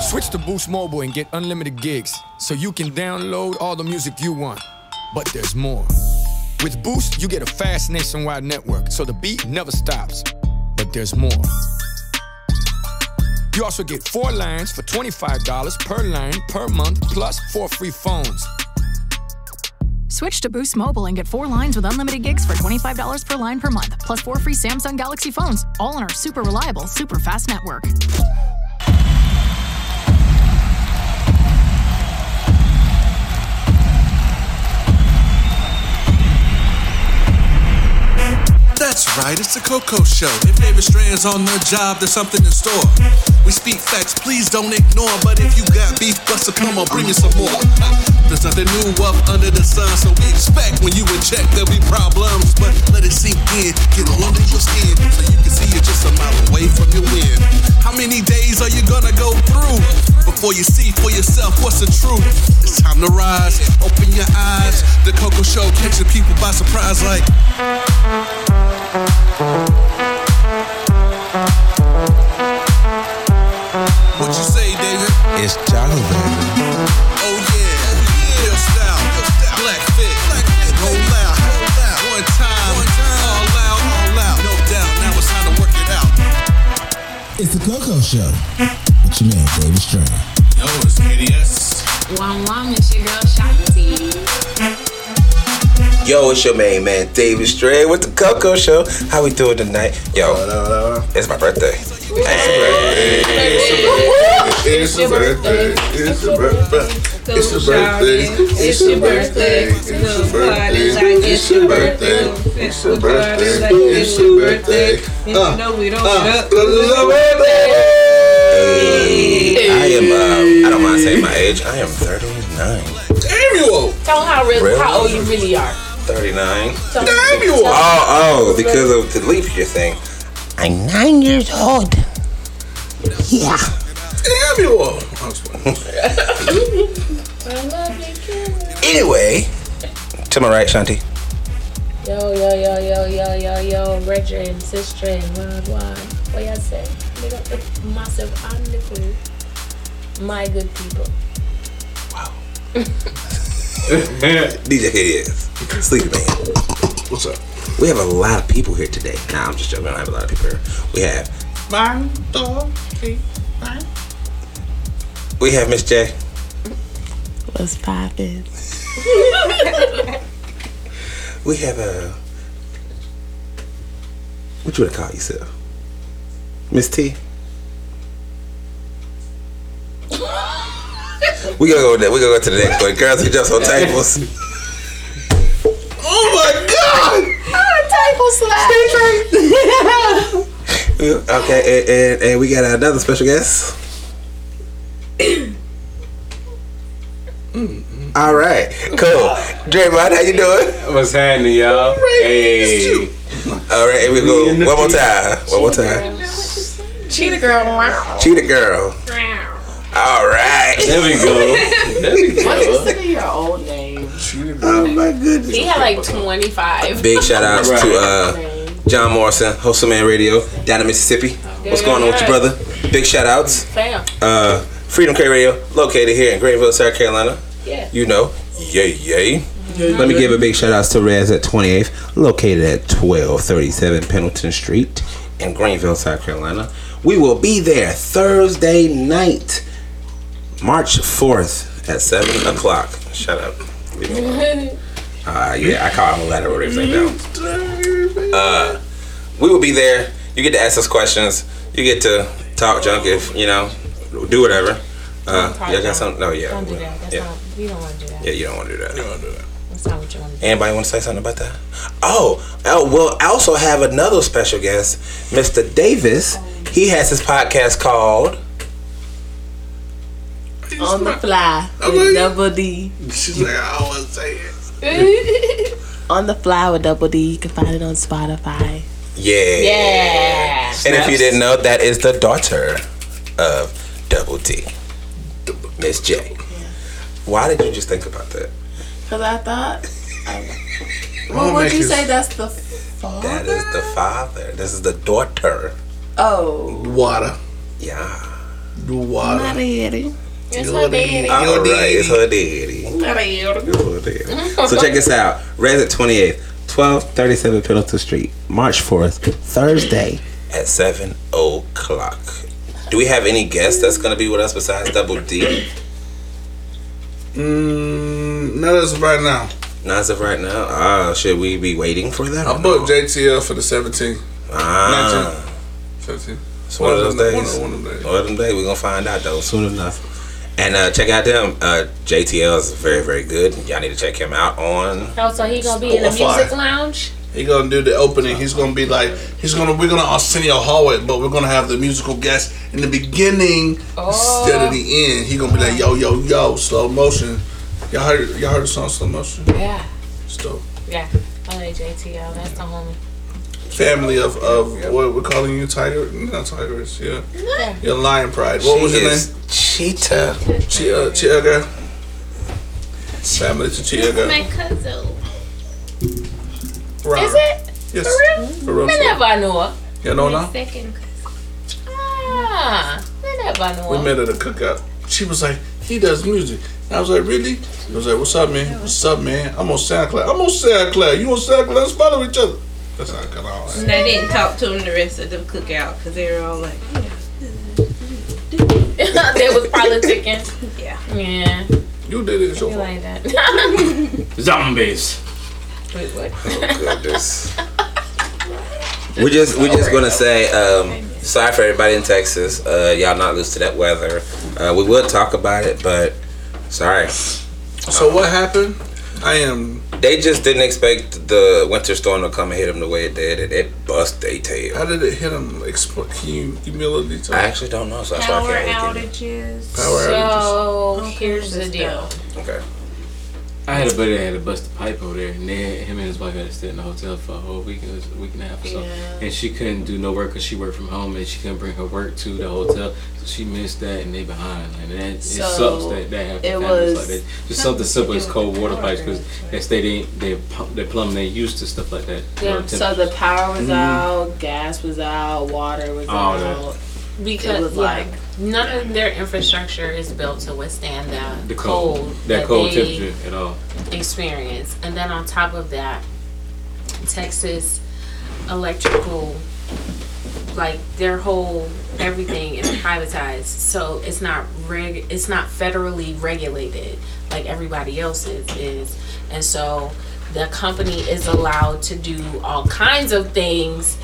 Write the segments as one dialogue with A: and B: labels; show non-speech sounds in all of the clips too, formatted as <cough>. A: Switch to Boost Mobile and get unlimited gigs so you can download all the music you want. But there's more. With Boost, you get a fast nationwide network so the beat never stops. But there's more. You also get four lines for $25 per line per month plus four free phones.
B: Switch to Boost Mobile and get four lines with unlimited gigs for $25 per line per month, plus four free Samsung Galaxy phones, all on our super reliable, super fast network.
C: That's right, it's the Coco Show. If David Strand's on the job, there's something in store. We speak facts, please don't ignore. But if you got beef, Buster, come on, bring me some more. There's nothing new up under the sun, so we expect when you in check there'll be problems. But let it sink in, get under your skin, so you can see it just a mile away from your win. How many days are you gonna go through before you see for yourself what's the truth? It's time to rise, open your eyes. The Coco Show catching people by surprise, like. What you say, David?
D: It's Jolly Baby.
C: Oh yeah, real style, black fit, go loud, one time, all loud, all loud, no doubt. Now it's time to work it out.
D: It's the Coco Show. What you mean, David Strand?
C: Yo, it's KDS.
E: Wom wom, it's your girl Shanti.
F: Yo, it's your main man, David Stray with the Coco Show. How we doing tonight? Yo, it's my birthday.
G: It's your birthday. It's your birthday. It's your birthday. It's your birthday. It's your birthday. It's your birthday. It's your birthday. It's your birthday. Uh,
H: No, we don't.
G: uh, birthday.
F: I am, um, I don't mind saying my age. I am 39.
C: Damn you old.
G: Tell how real,
F: Really?
G: how old you really are.
F: 39.
G: Tell
C: Damn you old.
F: Oh, oh, because of the leap year thing. I'm nine years old. Yeah.
C: Damn you old. I was wondering.
F: Anyway, to my right, Shanti.
G: Yo, yo, yo, yo, yo, yo, yo, brethren, sister, word, word. What y'all say? Big up the massive and the crew. My good people.
F: DJ KDS. Sleepy Man.
C: What's up?
F: We have a lot of people here today. Nah, I'm just joking. I don't have a lot of people here. We have,
C: One, two, three.
F: we have Miss J.
E: What's poppin'?
F: <laughs> We have a. What you wanna call yourself? Miss
C: <laughs>
F: T? we gonna go there. We gonna go to the next one. Girls, we just on tables.
C: Oh my God.
F: <laughs> okay, and, and, and we got another special guest.
I: Mm-hmm.
F: All right, cool. Draymond, how you doing?
I: What's happening, y'all? Hey,
F: All right, here we go. One more time. One more time.
G: Cheetah girl. Wow.
F: Cheetah girl.
G: Wow.
F: All right.
I: there we go. There we go.
H: Consider your old name.
F: Oh my goodness.
G: He had like 25.
F: Big shout outs
I: Right.
F: to uh, John Morrison, Hustle Man Radio, down in Mississippi. What's going on with your brother? Big shout outs.
G: Fam.
F: Uh, Freedom K Radio, located here in Greenville, South Carolina.
G: Yeah.
F: You know, yay, yay. Let me give a big shout outs to Raz at 28th, located at 1237 Pendleton Street in Greenville, South Carolina. We will be there Thursday night, March 4th at 7 o'clock. Shut up. Leave me alone.
E: <laughs>
F: Uh, yeah, I call him a letter or everything down. Uh, we will be there. You get to ask us questions. You get to talk junk if you know, do whatever. Uh, yeah, got something.
G: oh,
F: No, yeah,
E: Don't do that. That's
F: yeah,
E: not, we don't want to do that.
F: yeah. You don't want to do that. You don't want to do that.
E: That's not what you want to do.
F: Anybody want to say something about that? Oh, oh, we'll also have another special guest, Mr. Davis. He has his podcast called.
E: On the fly.
C: Okay.
E: With double D.
C: She's like, I always say it.
E: <laughs> On the fly with double D. You can find it on Spotify.
F: Yeah.
G: Yeah.
F: And if you didn't know, that is the daughter of Double T, Miss J. Why did you just think about that?
E: Because I
C: <laughs>
E: thought.
C: I'ma
E: Well, would
C: make
E: you
C: it-
E: say that's the father?
F: That is the father. This is the daughter.
E: oh.
C: Water.
F: Yeah.
G: the water.
E: My daddy.
G: It's her daddy.
F: All
G: Your
F: right, it's
G: daddy.
F: her daddy.
G: daddy.
F: It's her daddy. so check this out. Razz at 28th, 1237 Pendleton Street, March 4th, Thursday at 7 o'clock. Do we have any guests that's going to be with us besides Double D?
G: Mm, not as of right now.
F: Not as of right now. Ah, should we be waiting for that?
G: I booked JTL for the 17th.
F: Ah,
G: 17th.
F: it's one of those
G: One of-
F: days.
G: one of- one of them days.
F: One of them days. We're gonna find out though soon enough. And uh, check out them. Uh, JTL is very, very good. Y'all need to check him out on.
H: Oh, so he gonna be in the
G: Spotify.
H: music lounge?
G: He gonna do the opening. He's gonna be like he's gonna we're gonna Arsenio Hall it, but we're gonna have the musical guest in the beginning instead of the end. He gonna be like yo yo yo slow motion. Y'all heard y'all heard the song slow motion?
H: Yeah,
G: It's dope.
H: yeah. Oh, that JTL, that's the homie.
G: Family of of what we're calling you tiger not tigress yeah
H: Yeah.
G: your lion pride. What was your name?
F: Cheetah.
G: Chia Chia girl. Family to Chia girl.
H: My cousin.
G: Right.
H: Is it?
G: Yes.
H: For real?
G: For real.
H: I never I knew her.
G: You know now.
H: Second cousin. Ah, I never I knew
G: We
H: her.
G: met at a cookout. She was like, he does music. And I was like, really? I was like, what's up, man? What's up, man? I'm on SoundCloud. I'm on SoundCloud. You on SoundCloud? Let's follow each other. That's how I got all that.
J: They didn't talk to him the rest of the cookout because they were all like,
H: <laughs> they was politicking.
J: Yeah.
H: Yeah.
G: You did it. It's your
H: You
G: fault.
H: like <laughs> that.
I: Zombies.
H: Wait, what?
F: Goodness. We're just we're just gonna say um, sorry for everybody in Texas. Uh, y'all not used to that weather. Uh, we will talk about it, but sorry.
G: So what happened? I am.
F: They just didn't expect the winter storm to come and hit them the way it did, and it bust they
G: How
F: tail.
G: did it hit him? Expl- can you give me a little detail?
F: I actually don't know, so that's why
J: power
F: I can't look
J: outages.
G: Power outages.
H: So here's the deal.
F: at it. Okay.
I: I had a buddy that had to bust a pipe over there, and then him and his wife had to stay in the hotel for a whole week, it was a week and a half or so. And she couldn't do no work because she worked from home, and she couldn't bring her work to the hotel, so she missed that, and they behind. And that, it
J: So,
I: sucks that that happened.
J: it
I: families like
J: was
I: that. just something simple as cold water pipes because they stay they they pump- they plumbing they used to stuff like that.
H: Yeah,
J: So the power was out, gas was out, water was
I: Mm-hmm. All that.
J: out.
H: Because
J: It was
H: yeah,
J: like-
H: none of their infrastructure is built to withstand
I: the
H: the, cold,
I: cold, that cold
H: they
I: temperature at all.
H: experience. And then on top of that, Texas electrical, like their whole everything is privatized, so it's not reg, it's not federally regulated like everybody else's is, and so the company is allowed to do all kinds of things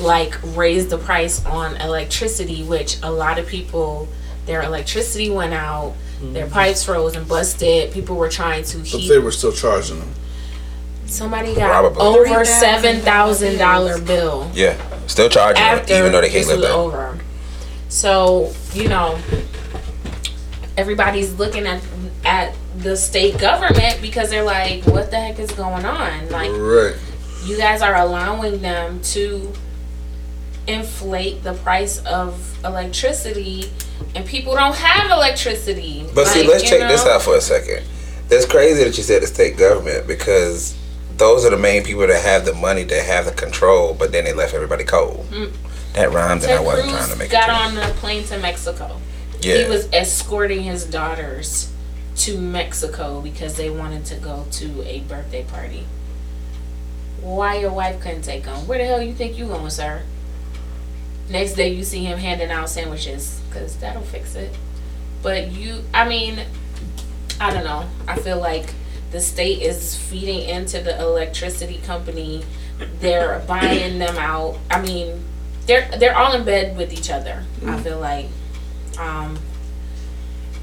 H: like raise the price on electricity, which a lot of people their electricity went out, their pipes froze and busted. People were trying to
G: Mm-hmm. But
H: heat.
G: they were still charging him.
H: Somebody got
F: Probably.
H: over seven thousand dollar bill
F: Yeah, still charging
H: after this was over. So you know, everybody's looking at at the state government because they're like, "What the heck is going on?" Like,
G: Right.
H: you guys are allowing them to inflate the price of electricity and people don't have electricity
F: But see,
H: Like,
F: let's
H: you
F: check this
H: know?
F: out for a second. That's crazy that you said the state government because those are the main people that have the money, that have the control, but then they left everybody cold. That rhymes, and I
H: Mm. Ted
F: wasn't trying to
H: Cruz
F: make
H: got
F: it.
H: on the plane to Mexico.
F: yeah,
H: He was escorting his daughters to Mexico because they wanted to go to a birthday party. Why your wife couldn't take him? Where the hell you think you going, sir? Next day you see him handing out sandwiches because that'll fix it. But you, I mean, I don't know. I feel like the state is feeding into the electricity company. They're buying them out. I mean, they're they're all in bed with each other. I feel like um,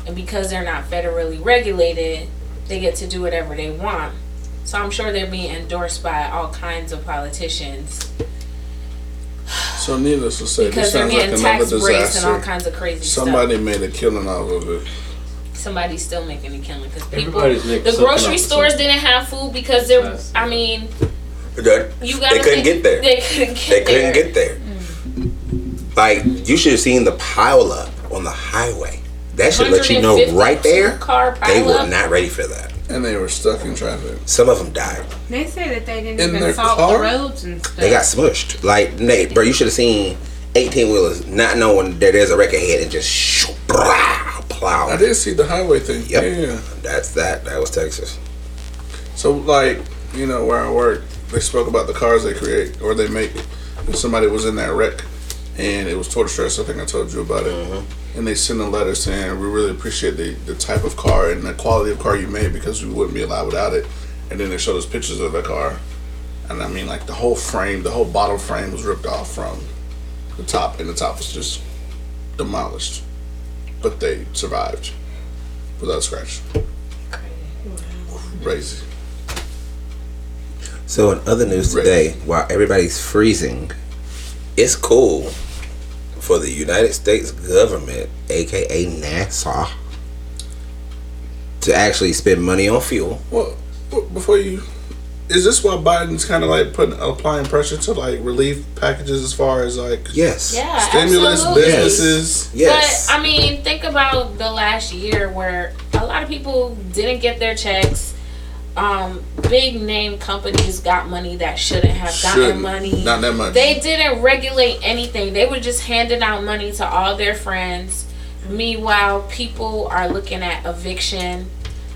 H: and because they're not federally regulated, they get to do whatever they want. So I'm sure they're being endorsed by all kinds of politicians
G: So needless to say,
H: because
G: this
H: they're
G: sounds like
H: getting
G: another
H: tax breaks and all
G: disaster.
H: kinds of crazy
G: Somebody
H: stuff.
G: made a killing out of it.
H: Somebody's still making a killing because people,
I: Everybody's making
H: the
I: something
H: grocery
I: up.
H: stores didn't have food because they're.
I: That's-
H: I mean,
F: That-
H: you got.
F: they couldn't get there.
H: They couldn't get
F: They
H: there.
F: couldn't get there. Like you should have seen the pile up on the highway. That should let you know right
H: 152
F: there.
H: Car
F: They
H: pile
F: were
H: up.
F: not ready for that.
G: And they were stuck in traffic.
F: Some of them died.
J: They said that they didn't
G: In their
J: even salt
G: car?
J: the roads and stuff.
F: They got smushed. Like, Nate, bro, you should have seen eighteen wheelers, not knowing that there's a record head, and just shoo, brah, plow.
G: I did see the highway thing.
F: Yep.
G: Yeah.
F: That's that. That was Texas.
G: So like, you know, where I work, they spoke about the cars they create or they make. And somebody was in that wreck, and it was torture stress. I think I told you about it. And they sent a letter saying we really appreciate the, the type of car and the quality of car you made because we wouldn't be alive without it. And then they showed us pictures of the car, and I mean like the whole frame, the whole bottom frame was ripped off from the top, and the top was just demolished. But they survived without scratch. Crazy.
F: So in other news today, while everybody's freezing, it's cool for the United States government, aka NASA, to actually spend money on fuel.
G: Well, b- before you, is this why Biden's kind of like putting applying pressure to like relief packages as far as like
F: yes,
H: Yeah,
G: stimulus
H: absolutely.
G: businesses?
H: But I mean, think about the last year where a lot of people didn't get their checks. Um, big name companies got money that shouldn't have gotten
G: Shouldn't.
H: money.
G: Not that much.
H: They didn't regulate anything. They were just handing out money to all their friends. Meanwhile, people are looking at eviction.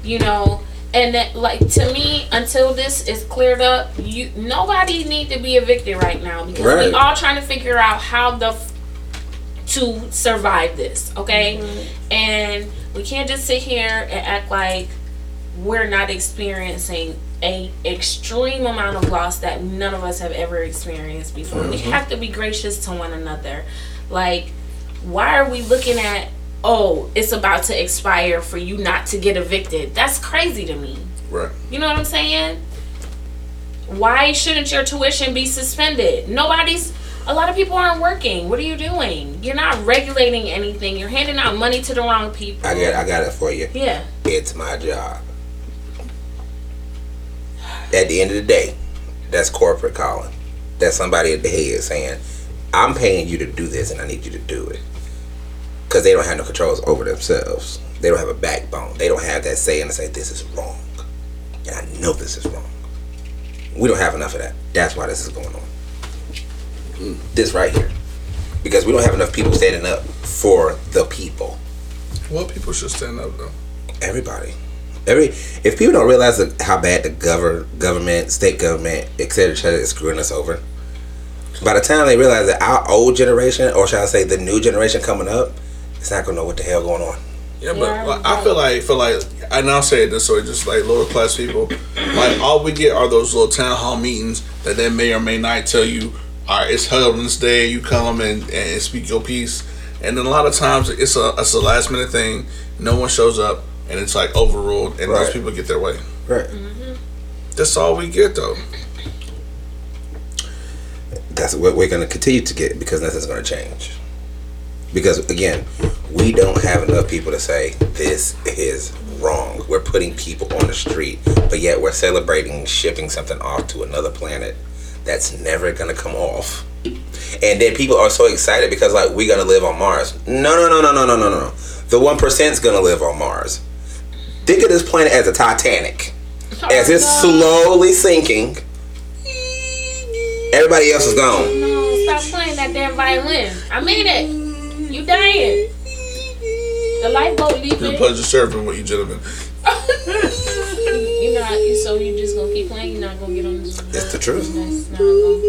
H: You know, and that, like to me, until this is cleared up, you nobody need to be evicted right now because
K: Right.
H: we all trying to figure out how the f- to survive this, okay? And we can't just sit here and act like we're not experiencing a extreme amount of loss that none of us have ever experienced before. We
F: Mm-hmm.
K: Mhm.
H: have to be gracious to one another. Like, why are we looking at oh, it's about to expire for you not to get evicted? That's crazy to me.
G: Right.
H: You know what I'm saying? Why shouldn't your tuition be suspended? Nobody's a lot of people aren't working. What are you doing? You're not regulating anything. You're handing out money to the wrong people.
F: I got I got it for you.
H: Yeah.
F: It's my job. At the end of the day, that's corporate calling. That's somebody at the head saying, I'm paying you to do this and I need you to do it. Because they don't have no controls over themselves. They don't have a backbone. They don't have that say and say, this is wrong. And I know this is wrong. We don't have enough of that. That's why this is going on. This right here. Because we don't have enough people standing up for the people
G: Well, people should stand up though.
F: everybody. Every if people don't realize the- how bad the govern government, state government, et cetera, et cetera, is screwing us over. By the time they realize that our old generation, or shall I say, the new generation coming up, it's not gonna know what the hell going on.
G: Yeah, but like, I feel like feel like and I'll say it this way, just like lower class people, like all we get are those little town hall meetings that they may or may not tell you, all right, it's held on this day, you come and, and speak your piece. And then a lot of times it's a it's a last minute thing, no one shows up and it's like overruled and
F: Right.
G: those people get their way.
F: Right.
G: That's all we get though.
F: That's what we're gonna continue to get because nothing's gonna change. Because again, we don't have enough people to say this is wrong. We're putting people on the street, but yet we're celebrating shipping something off to another planet that's never gonna come off. And then people are so excited because like we gonna live on Mars. No, no, no, no, no, no, no, no. The one percent's gonna live on Mars. Think of this planet as a Titanic, as it's slowly sinking. Everybody else is gone.
H: No, stop playing that damn violin. I mean it. You dying. The lifeboat
G: Good
H: leaving.
G: pleasure serving with you gentlemen.
H: you know, you- so you just gonna keep playing. You're not gonna get on this.
F: It's the truth.
H: That's not gonna.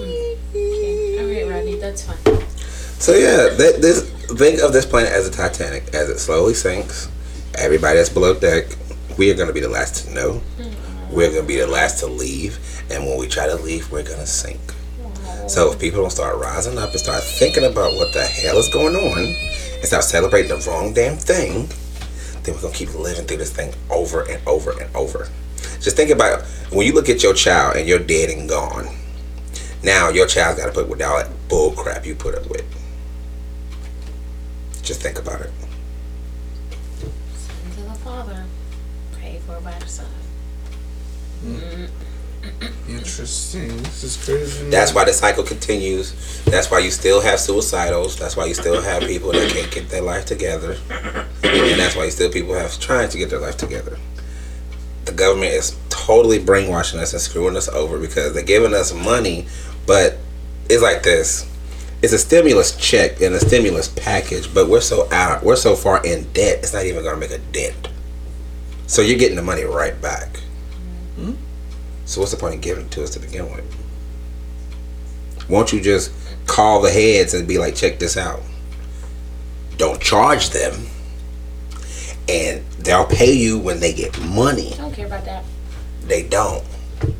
H: Hmm. Okay. All right, Rodney, that's fine.
F: So yeah, that, this think of this planet as a Titanic as it slowly sinks. Everybody that's below deck, we are gonna be the last to know. We're gonna be the last to leave, and when we try to leave, we're gonna sink. So if people don't start rising up and start thinking about what the hell is going on, and start celebrating the wrong damn thing, then we're gonna keep living through this thing over and over and over. Just think about when you look at your child and you're dead and gone. Now your child's got to put with all that bull crap you put up with. Just think about it.
H: To the Father, pray for by the Son.
G: Interesting. This is crazy.
F: That's why the cycle continues. That's why you still have suicidals. That's why you still have people that can't get their life together. And that's why you still people have trying to get their life together. The government is totally brainwashing us and screwing us over because they're giving us money, but it's like this. it's a stimulus check and a stimulus package, but we're so out, we're so far in debt, it's not even gonna make a dent. So you're getting the money right back. Mm-hmm. So what's the point of giving to us to begin with? Won't you just call the heads and be like, check this out? Don't charge them, and they'll pay you when they get money.
H: I don't care about that.
F: They don't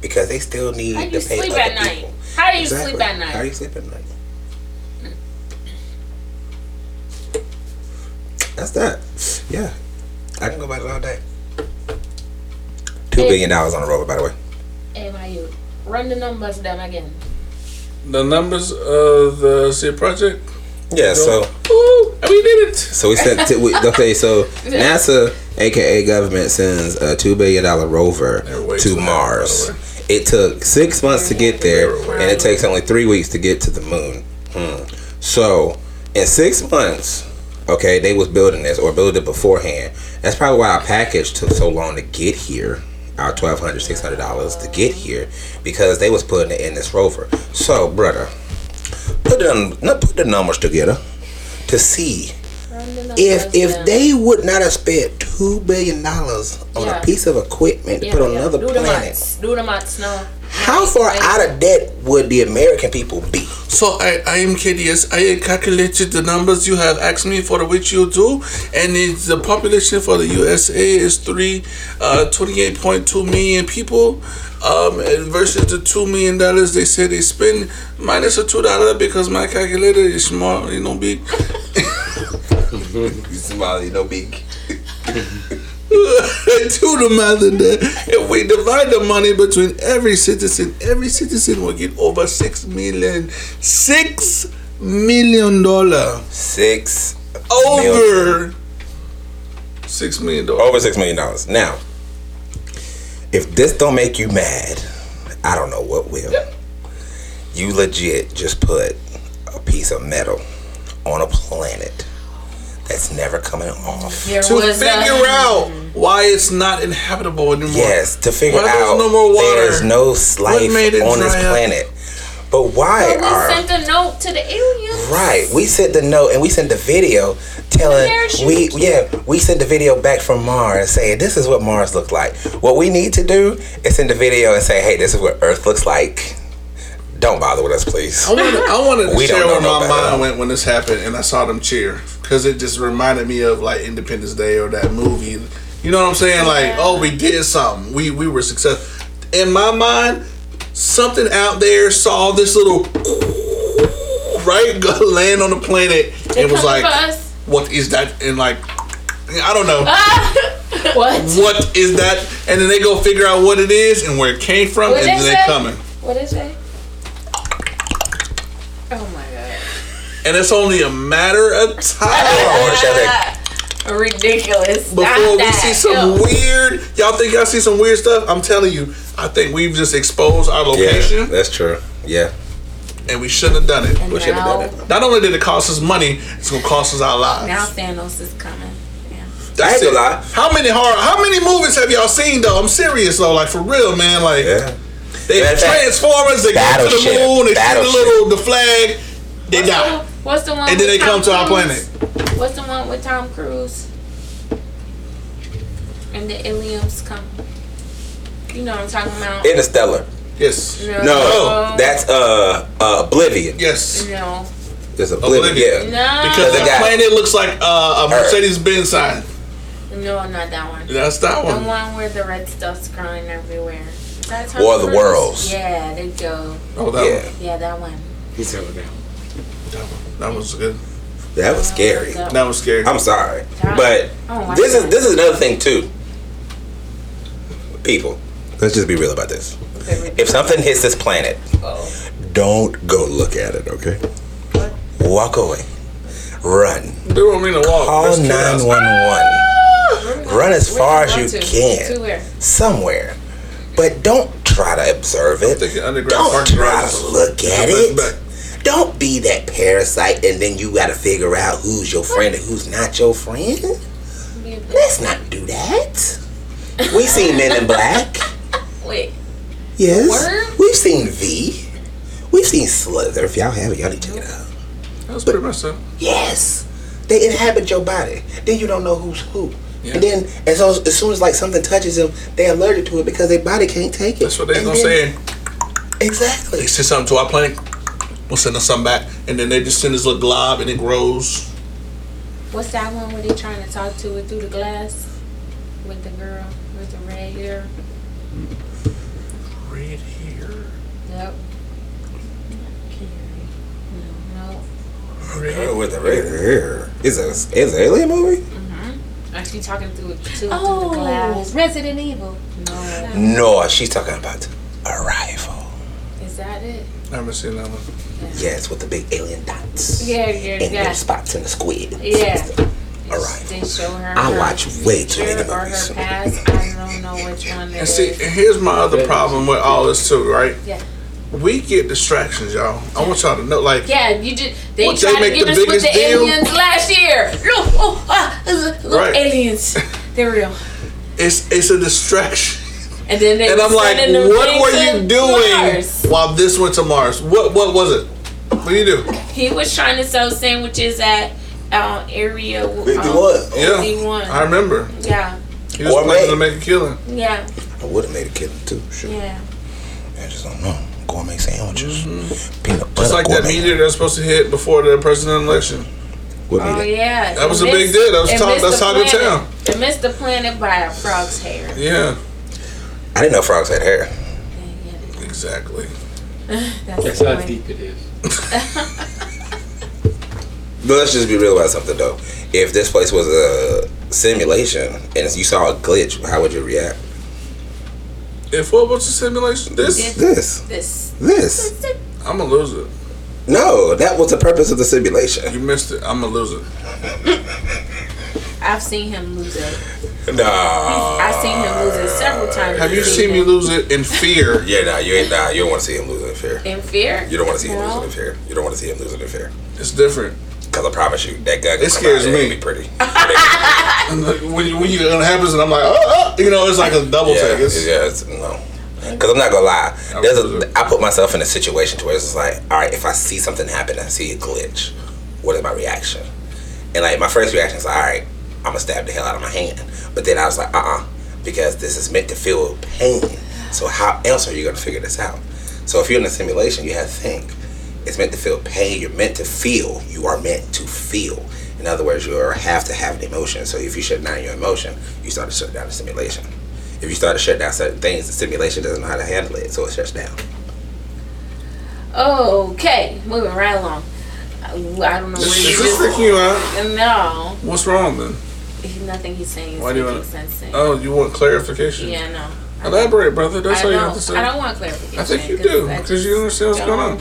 F: because they still need
H: How do
F: to
H: you
F: pay
H: sleep
F: other
H: at night?
F: people.
H: How do you sleep at night?
F: How do you sleep at night? That's that. Yeah, I can go back all day. Two
H: Hey.
F: billion dollars on the roller, by the way.
H: NYU. Run the numbers down again.
G: The numbers of the City Project.
F: Yeah, so
G: Ooh, we did it.
F: so we sent. To, we, okay, so NASA, aka government, sends a two billion dollar rover to Mars. It took six months to get there, and it takes only three weeks to get to the moon. Hmm. So, in six months, okay, they was building this or build it beforehand. That's probably why our package took so long to get here. Our twelve hundred, six hundred dollars to get here because they was putting it in this rover. So, brother, put them, put the numbers together to see if if they would not have spent two billion dollars on
H: Yeah.
F: a piece of equipment
H: Yeah,
F: to put on
H: yeah.
F: another
H: do the
F: planet,
H: months. Do the months. No. Oh,
F: how far out of debt would the American people be?
G: So I, I am curious. I had calculated the numbers you have asked me for, which you do, and it's the population for the USA is three, uh, 28.2 million people, um, and versus the two million dollars they say they spend minus a two dollar because my calculator is small, you know, big.
F: Small, <laughs> you know, big.
G: <laughs> to the mother that if we divide the money between every citizen, every citizen will get over six million, six million dollar
F: Six
G: over six million dollars.
F: over six million dollars. Now, if this don't make you mad, I don't know what will. You legit just put a piece of metal on a planet that's never coming off.
H: There
G: To
H: was
G: figure
H: a,
G: out why it's not inhabitable anymore.
F: Yes, to figure
G: Why there's
F: out
G: no more water?
F: there's no life
G: made it
F: on this
G: dry up?
F: planet. But why
H: But we
F: are
H: sent a note to the aliens.
F: Right. We sent the note and we sent the video telling
H: Parachute.
F: we yeah, we sent the video back from Mars saying this is what Mars looks like. What we need to do is send the video and say, Hey, this is what Earth looks like. Don't bother with us, please.
G: I wanted, I wanted to
F: We don't
G: share
F: know
G: where
F: no
G: my
F: better.
G: mind went when this happened, and I saw them cheer because it just reminded me of like Independence Day or that movie. You know what I'm saying? Like, oh, we did something. We we were successful. In my mind, something out there saw this little <laughs> right go- land on the planet and was
H: coming
G: like,
H: for us.
G: "What is that?" And like, I don't know.
H: <laughs> What?
G: What is that? And then they go figure out what it is and where it came from,
H: What'd
G: and
H: they
G: then
H: say?
G: they're coming.
H: What is it? Oh my god.
G: And it's only a matter of time.
F: I wanna shout that
H: Ridiculous. Stop
G: before we
H: that.
G: see some
H: Yo.
G: weird y'all think y'all see some weird stuff i'm telling you i think we've just exposed our location
F: Yeah, that's true. Yeah.
G: and we shouldn't have done it
H: And
F: We should have
H: now,
F: done it.
G: not only did it cost us money it's gonna cost us our lives
H: now Thanos is coming. Yeah.
F: I ain't
G: That's
F: gonna
G: it.
F: lie.
G: how many horror how many movies have y'all seen though i'm serious though like for real man like
F: Yeah.
G: they
F: Matter of fact,
G: transform us they go to the
F: Battleship.
G: moon they see the
F: Battleship.
G: little the flag they
H: What's the,
G: die
H: what's the one?
G: and
H: with
G: then they come
H: Tom
G: to our
H: Cruise?
G: planet
H: What's the one with Tom Cruise? And the aliens come. You know what I'm talking about?
F: Interstellar.
G: yes
H: no.
F: No, that's uh, uh Oblivion.
G: yes
H: No.
F: There's Oblivion.
G: Oblivion.
F: Yeah.
H: No.
G: because
F: The
G: the
F: guy.
G: planet looks like uh, a
F: Earth.
G: mercedes-benz sign
H: no, not that one.
G: that's that
H: The
G: one
H: one where the red stuff's crawling everywhere. Is that Tom
F: War of the
H: Cruise?
F: Worlds.
H: Yeah, they go.
G: oh that
F: Yeah.
G: one
H: Yeah, that one.
I: He said it down.
G: that was good
F: That was scary.
H: That
G: that was scary
F: I'm sorry,
H: Yeah.
F: but
H: Oh, my
F: this is
H: God.
F: this is another thing too. People, let's just be real about this. If something hits this planet, don't go look at it. Okay, walk away, run,
G: They want me to walk.
F: call
G: Let's get out.
F: nine one one, run as far as
H: Go
F: you
H: to- To
F: can
H: where?
F: somewhere, but don't try to observe it.
G: thinking underground
F: Don't
G: parking
F: try
G: garages.
F: to look at
G: Back,
F: it.
G: back.
F: Don't be that parasite, and then you got to figure out who's your friend and who's not your friend. Let's not do that. We seen Men in Black.
H: Wait.
F: Yes.
H: Word?
F: We've seen V. We've seen Slither. If y'all haven't, y'all need to check it out.
G: That's pretty much it.
F: Yes, they inhabit your body. Then you don't know who's who. Yeah. And then as, so, as soon as like something touches them, they're allergic to it because their body can't take it.
G: That's what they're
F: And
G: gonna say.
F: then- Exactly.
G: They send something to our planet. We'll send us something back, and then they just send this little glob, and it grows.
H: What's that one where they trying to talk to it through the glass with the girl with the red hair?
G: Red hair.
H: Yep. No, no.
F: Girl with the red hair. Is a is an alien movie?
H: Are she talking through to, to the glass?
J: Oh, Resident Evil.
H: No.
F: No, she's talking about Arrival.
H: Is that it?
G: I haven't seen that one.
F: Yes, with the big alien dots.
H: Yeah, yeah,
F: And
H: yeah.
F: the spots and the squid.
H: Yeah.
F: Alright.
H: They show her.
F: I
H: her
F: watch way too many
H: future Or
F: movies.
H: her
F: <laughs>
H: past. I don't know which one it
G: And see,
H: is.
G: and here's my other problem with all this too, right?
H: Yeah.
G: We get distractions, y'all. I want y'all to know, like,
H: Yeah, you just they
G: Well, they
H: tried
G: make
H: to get
G: the
H: us with
G: biggest
H: the
G: deal.
H: aliens last year. Look, oh, ah, look, look,
G: Right.
H: aliens. They're real.
G: it's it's
H: <laughs>
G: a distraction.
H: And then they
G: And I'm like,
H: sending them
G: what
H: things
G: were you
H: to
G: doing
H: Mars.
G: while this went to Mars? What what was it? What do you do?
H: He was trying to sell sandwiches at um, area um,
F: 51.
G: Yeah,
H: 51.
G: I remember.
H: Yeah,
G: He was
F: Or
G: planning to
F: me.
G: make a killing.
H: yeah,
F: I would have made a killer too, sure.
H: yeah.
F: I just don't know. Gourmet sandwiches.
H: Mm-hmm.
F: Peanut butter.
G: Just like that
F: gourmet.
G: meteor that's supposed to hit before the presidential election.
F: What
H: Oh
F: media?
H: yeah.
G: That was
H: It
G: a big
H: missed-
G: deal. That was
H: it
G: talk-
H: missed
G: that's
H: the
G: talk of
H: planet.
G: town.
H: It missed the planet by a frog's hair.
G: Yeah,
F: I didn't know frogs had hair.
G: exactly.
H: That's,
I: That's
H: the
I: how
H: point.
I: deep it is.
F: But let's just be real about something though. If this place was a simulation and you saw a glitch, how would you react?
G: If what was the simulation? This,
F: This.
H: This.
F: This.
H: <laughs>
G: I'm gonna lose it.
F: No, that was the purpose of the simulation.
G: You missed it. I'm gonna lose it.
H: I've seen him lose it.
F: Nah.
H: I've seen him lose it several times.
G: Have you
H: this
G: seen me
H: season.
G: lose it in fear?
F: Yeah, nah, you ain't nah, you don't wanna see him losing in fear.
H: in fear?
F: You don't wanna see him
H: No.
F: losing in fear. You don't wanna see him losing in fear.
G: It's different.
F: Cause I promise you, that guy
G: It scares me.
F: be pretty.
G: And like, when you, when you, it happens, and I'm like, oh, oh, you know, it's like a double
F: yeah,
G: take. It's,
F: yeah, it's, no. Because I'm not gonna lie, there's a, I put myself in a situation to where it's just like, all right, if I see something happen, I see a glitch, what is my reaction? And like my first reaction is, all right, I'm gonna stab the hell out of my hand. But then I was like, uh uh because this is meant to feel pain. So how else are you gonna figure this out? So if you're in a simulation, you have to think. It's meant to feel pain. You're meant to feel. You are meant to feel. In other words, you are, have to have an emotion. So if you shut down your emotion, you start to shut down the simulation. If you start to shut down certain things, the simulation doesn't know how to handle it, so it shuts down.
H: Okay, moving right along. I I don't know where
G: Is
H: you
G: this
H: just.
G: freaking you out?
H: No,
G: What's wrong then?
H: he- nothing he's saying is
G: Why do you
H: making
G: wanna-
H: sense. to me.
G: Oh, you want clarification?
H: yeah, no.
G: Elaborate, brother. That's
H: I
G: all
H: don't.
G: you have to say.
H: I don't want clarification.
G: I think you
H: 'cause
G: do
H: I
G: because you
H: just
G: understand what's going on.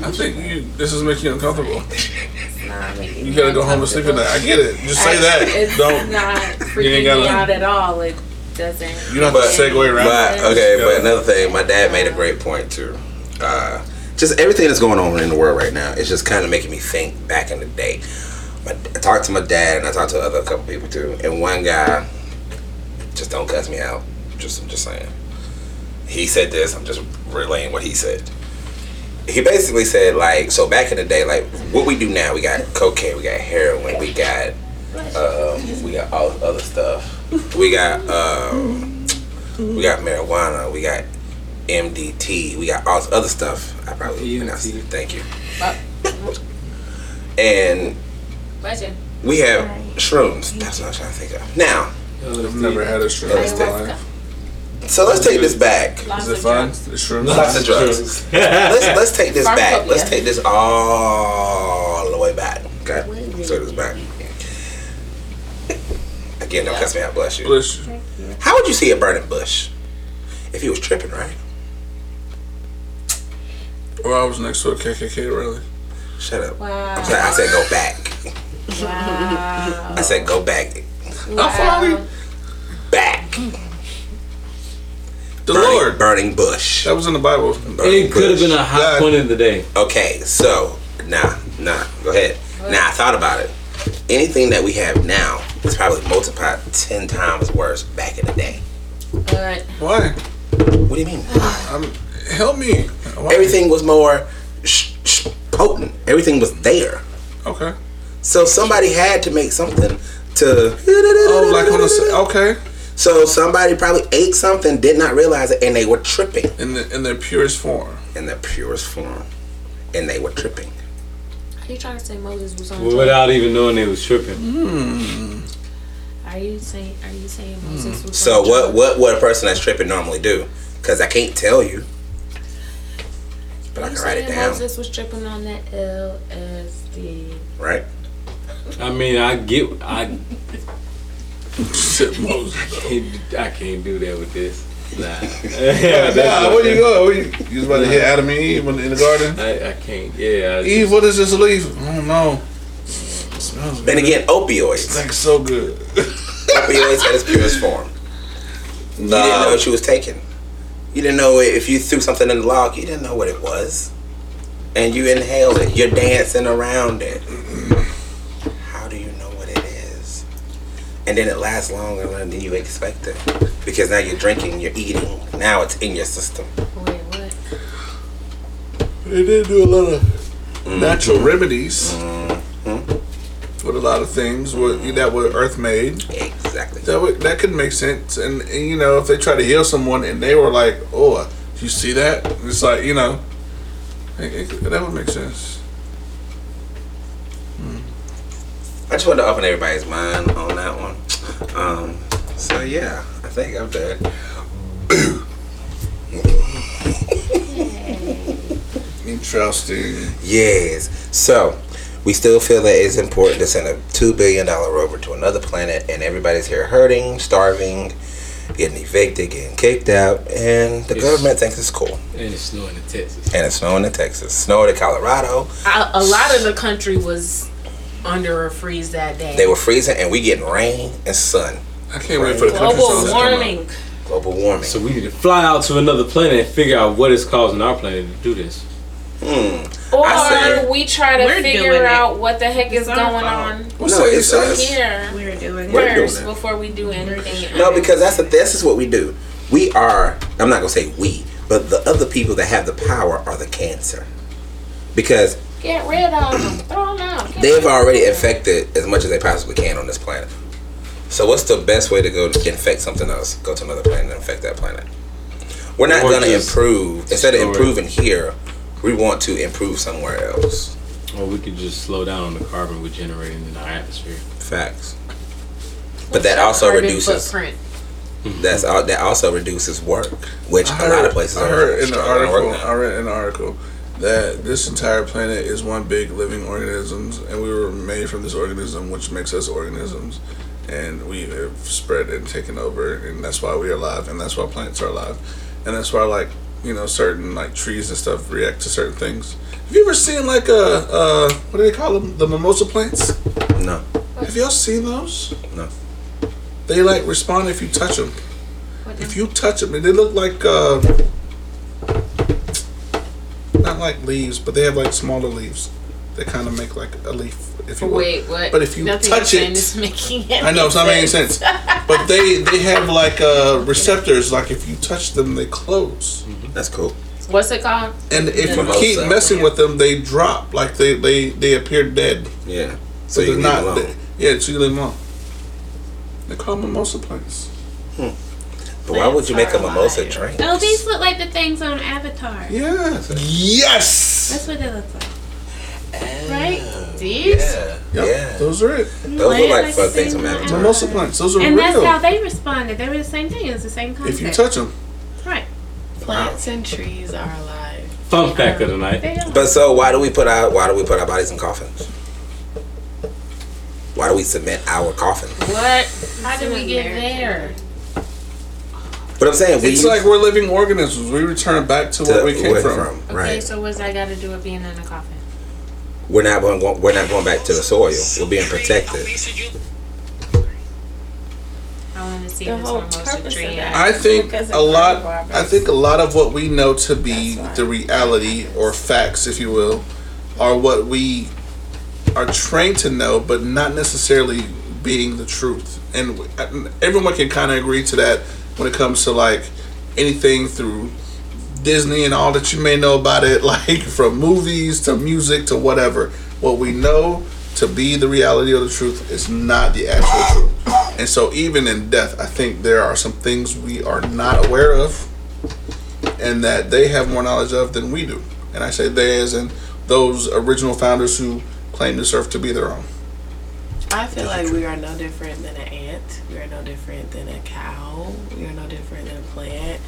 H: don't.
G: I think you. This is making you
H: Nah,
G: uncomfortable.
H: I'm making
G: You
H: me
G: gotta go home and sleep at night. I get it. Just say
H: I- <laughs>
G: that.
H: It's
G: Don't.
H: not
G: You
H: freaking
G: ain't
H: me
G: gotta-
H: out at all. It doesn't.
G: You don't have to segue around.
F: But
G: it.
F: okay,
G: Yeah.
F: but another thing, my dad made a great point too. Uh, just everything that's going on in the world right now, it's just kind of making me think back in the day. My, I talked to my dad and I talked to other couple people too, and one guy just don't cuss me out. Just I'm just saying. He said this. I'm just relaying what he said. He basically said like, so back in the day, like what we do now, we got cocaine, we got heroin, we got, um, we got all this other stuff, we got. Um, we got marijuana. We got MDT. We got all this other stuff. I probably pronounced it. Thank you. and
H: Budget.
F: we have shrooms. That's what I'm trying to think of. Now,
G: I've never had a shrimp.
F: Let's take- so let's take this back.
G: Is it fine? The shrimp.
F: Lots of drugs. <laughs> let's let's take this back. Let's
H: Pharmacopoeia.
F: take this all the way back. Okay, let's take this back. Again, don't cuss me out. Bless you.
G: Bless you.
F: How would you see a burning bush? If he was tripping, right?
G: Or I was next to a KKK rally.
F: Shut up.
H: Wow.
F: I said go back.
H: Wow.
F: I said go back.
H: wow.
F: back.
G: The
F: Burning,
G: Lord.
F: burning bush.
G: That was in the Bible.
F: Burning
I: It could have
F: bush.
I: been a hot
G: God.
I: point of the day.
F: Okay, so nah, nah. Go ahead. Nah, I thought about it. Anything that we have now is probably multiplied ten times worse back in the day.
H: But
G: Why? Um,
F: What do you mean?
G: Help me. Why?
F: Everything was more sh- potent. Everything was there.
G: Okay.
F: So somebody had to make something to.
G: Oh, like on the okay.
F: So somebody probably ate something, did not realize it, and they were tripping
G: in the in their purest form.
F: in their purest form, and they were tripping.
H: Are you trying to say Moses was on
I: Without even knowing they was tripping.
H: Are you saying? Are you saying
J: Hmm.
H: Moses was
F: So
H: on
F: what what would a person that's tripping normally do? Because I can't tell you, but I
H: You
F: can write it
H: saying
F: down,
H: Moses was tripping on that LSD.
F: right?
I: I mean, I get, I,
G: Shit, Moses.
I: can't- I can't do that with this. Nah,
G: nah, where you going? Where you, you was about to hit Adam and Eve in the- in the garden?
I: I, I can't. Yeah, I
G: Eve, what is this leaf? I don't know. It smells
F: Then
G: good.
F: again, opioids,
G: Stinks
I: <laughs>
G: so good.
F: opioids at its purest form. You didn't know what you was taking. You didn't know if you threw something in the log. You didn't know what it was, and you inhaled it. You're dancing around it. How do you know what it is? And then it lasts longer than you expect it, because now you're drinking, you're eating. Now it's in your system.
H: Wait, what?
G: <laughs> They did do a lot of
I: Mm-hmm.
G: natural remedies with a lot of things with, that were earth made.
F: Exactly.
G: That would, that could make sense. And, and, you know, if they try to heal someone and they were like, "Oh, you see that?" It's like you know, it- it- that would make sense.
F: I just wanted to open everybody's mind on that one. Um, so yeah, I think I'm done.
G: Interesting.
F: Yes. So we still feel that it's important to send a two billion dollar rover to another planet, and everybody's here hurting, starving, getting evicted, getting kicked out, and the
I: Yes.
F: government thinks it's cool.
I: And it's snowing in Texas.
F: And it's snowing in Texas, snowing in Colorado.
H: A, a lot of the country was under a freeze that day.
F: They were freezing, and we getting rain and sun.
G: I can't wait for the country songs
H: Global
G: to come out.
H: warming.
F: Global warming.
I: So we need to fly out to another planet and figure out what is causing our planet to do this.
F: Hmm. I
H: Or
F: say-
H: we try to
J: We're doing
H: figure
J: it.
H: out what the heck is
J: our
H: going
J: fault.
H: on
G: What's
F: No,
G: that you
F: it's
G: said?
F: us.
H: here
J: We're doing it.
F: We're doing
H: first
F: it.
H: before we do anything.
F: No,
H: else.
F: because that's the, this is what we do. We are. I'm not gonna say we, but the other people that have the power are the cancer, because
H: get rid of them, throw them out. Get
F: they've
H: rid of
F: already
H: 'em.
F: infected as much as they possibly can on this planet. So what's the best way to go to infect something else? Go to another planet and infect that planet. We're not
I: Or
F: gonna
I: just
F: improve. Instead
I: destroy
F: of
I: it.
F: improving here, we want to improve somewhere else.
I: Or we could just slow down on the carbon we're generating in our atmosphere.
F: Facts. But that also
H: Carbon
F: reduces.
H: footprint.
F: That's all. That also reduces work, which
G: I
F: a lot
G: heard-
F: of places
G: I
F: are
G: heard in the
F: struggling to work
G: article.
F: now.
G: I read in an article that this entire planet is one big living organisms, and we were made from this organism, which makes us organisms, and we have spread and taken over, and that's why we are alive, and that's why plants are alive, and that's why like you know certain like trees and stuff react to certain things. Have you ever seen like a uh, what do they call them? The mimosa plants. uh,
F: No.
G: Have y'all seen those?
F: No.
G: They like respond if you touch them.
H: What
G: If
H: the-
G: you touch them, they look like uh, not like leaves, but they have like smaller leaves. They kind of make like a leaf, if you will.
H: Wait, what?
G: But if you
H: Nothing
G: touch
H: I'm saying <laughs>
G: it-
H: is making any
G: I know it's not making
H: sense. <laughs>
G: sense, but they they have like uh, receptors. Like if you touch them, they close,
F: That's cool.
H: What's it called?
G: and if you
F: Mimosa.
G: keep messing with them, they drop. Like they they they appear dead.
F: Yeah. So
G: So
F: you
G: they're
F: leave
G: not.
F: not, alone.
G: They, yeah, so you leave them alone. They call them mimosa plants.
F: But why would you make a
H: Plants are
F: mimosa
H: alive.
F: drink?
K: Oh, these look like the things on Avatar.
G: Yeah. Yes.
K: That's what they look like. Right?
H: These?
G: Yep,
F: Yeah.
G: Those are it.
F: Those look like
K: Like
F: fun things from
K: cinnamon.
F: Avatar.
G: Mimosa plants. Those are
K: Mm-hmm. And
G: real.
K: that's how they responded. They were the same thing. It was the same concept.
G: if you touch them.
K: Right.
J: Plants and trees are alive.
I: Fun fact of the night.
K: They are.
F: But so why do we put our why do we put our bodies in coffins? Why do we cement our coffin?
H: What? How did we get there?
F: But I'm saying we
G: It's like we're living organisms. We return back to,
F: to
G: where we came
F: where
G: from.
H: Okay,
F: Right.
H: so what's that got to do with being in a coffin?
F: We're not going go- we're not going back to the soil. We're being protected.
H: I want to see
J: The
H: this
J: whole
H: mimosa
J: purpose of
H: tree.
J: that.
G: I think
J: Because
G: a
J: of
G: lot.
J: carnivores.
G: I think a lot of what we know to be the reality or facts, if you will, are what we are trained to know, but not necessarily being the truth. And w- uh, everyone can kind of agree to that when it comes to like anything through Disney and all that you may know about it, <laughs> like from movies to music to whatever. What we know to be the reality or the truth is not the actual truth. And so, even in death, I think there are some things we are not aware of and that they have more knowledge of than we do. And I say they as in those original founders who claim this earth to be their own.
J: I feel like we are no different than an ant. We are no different than a cow. We are no different than a plant.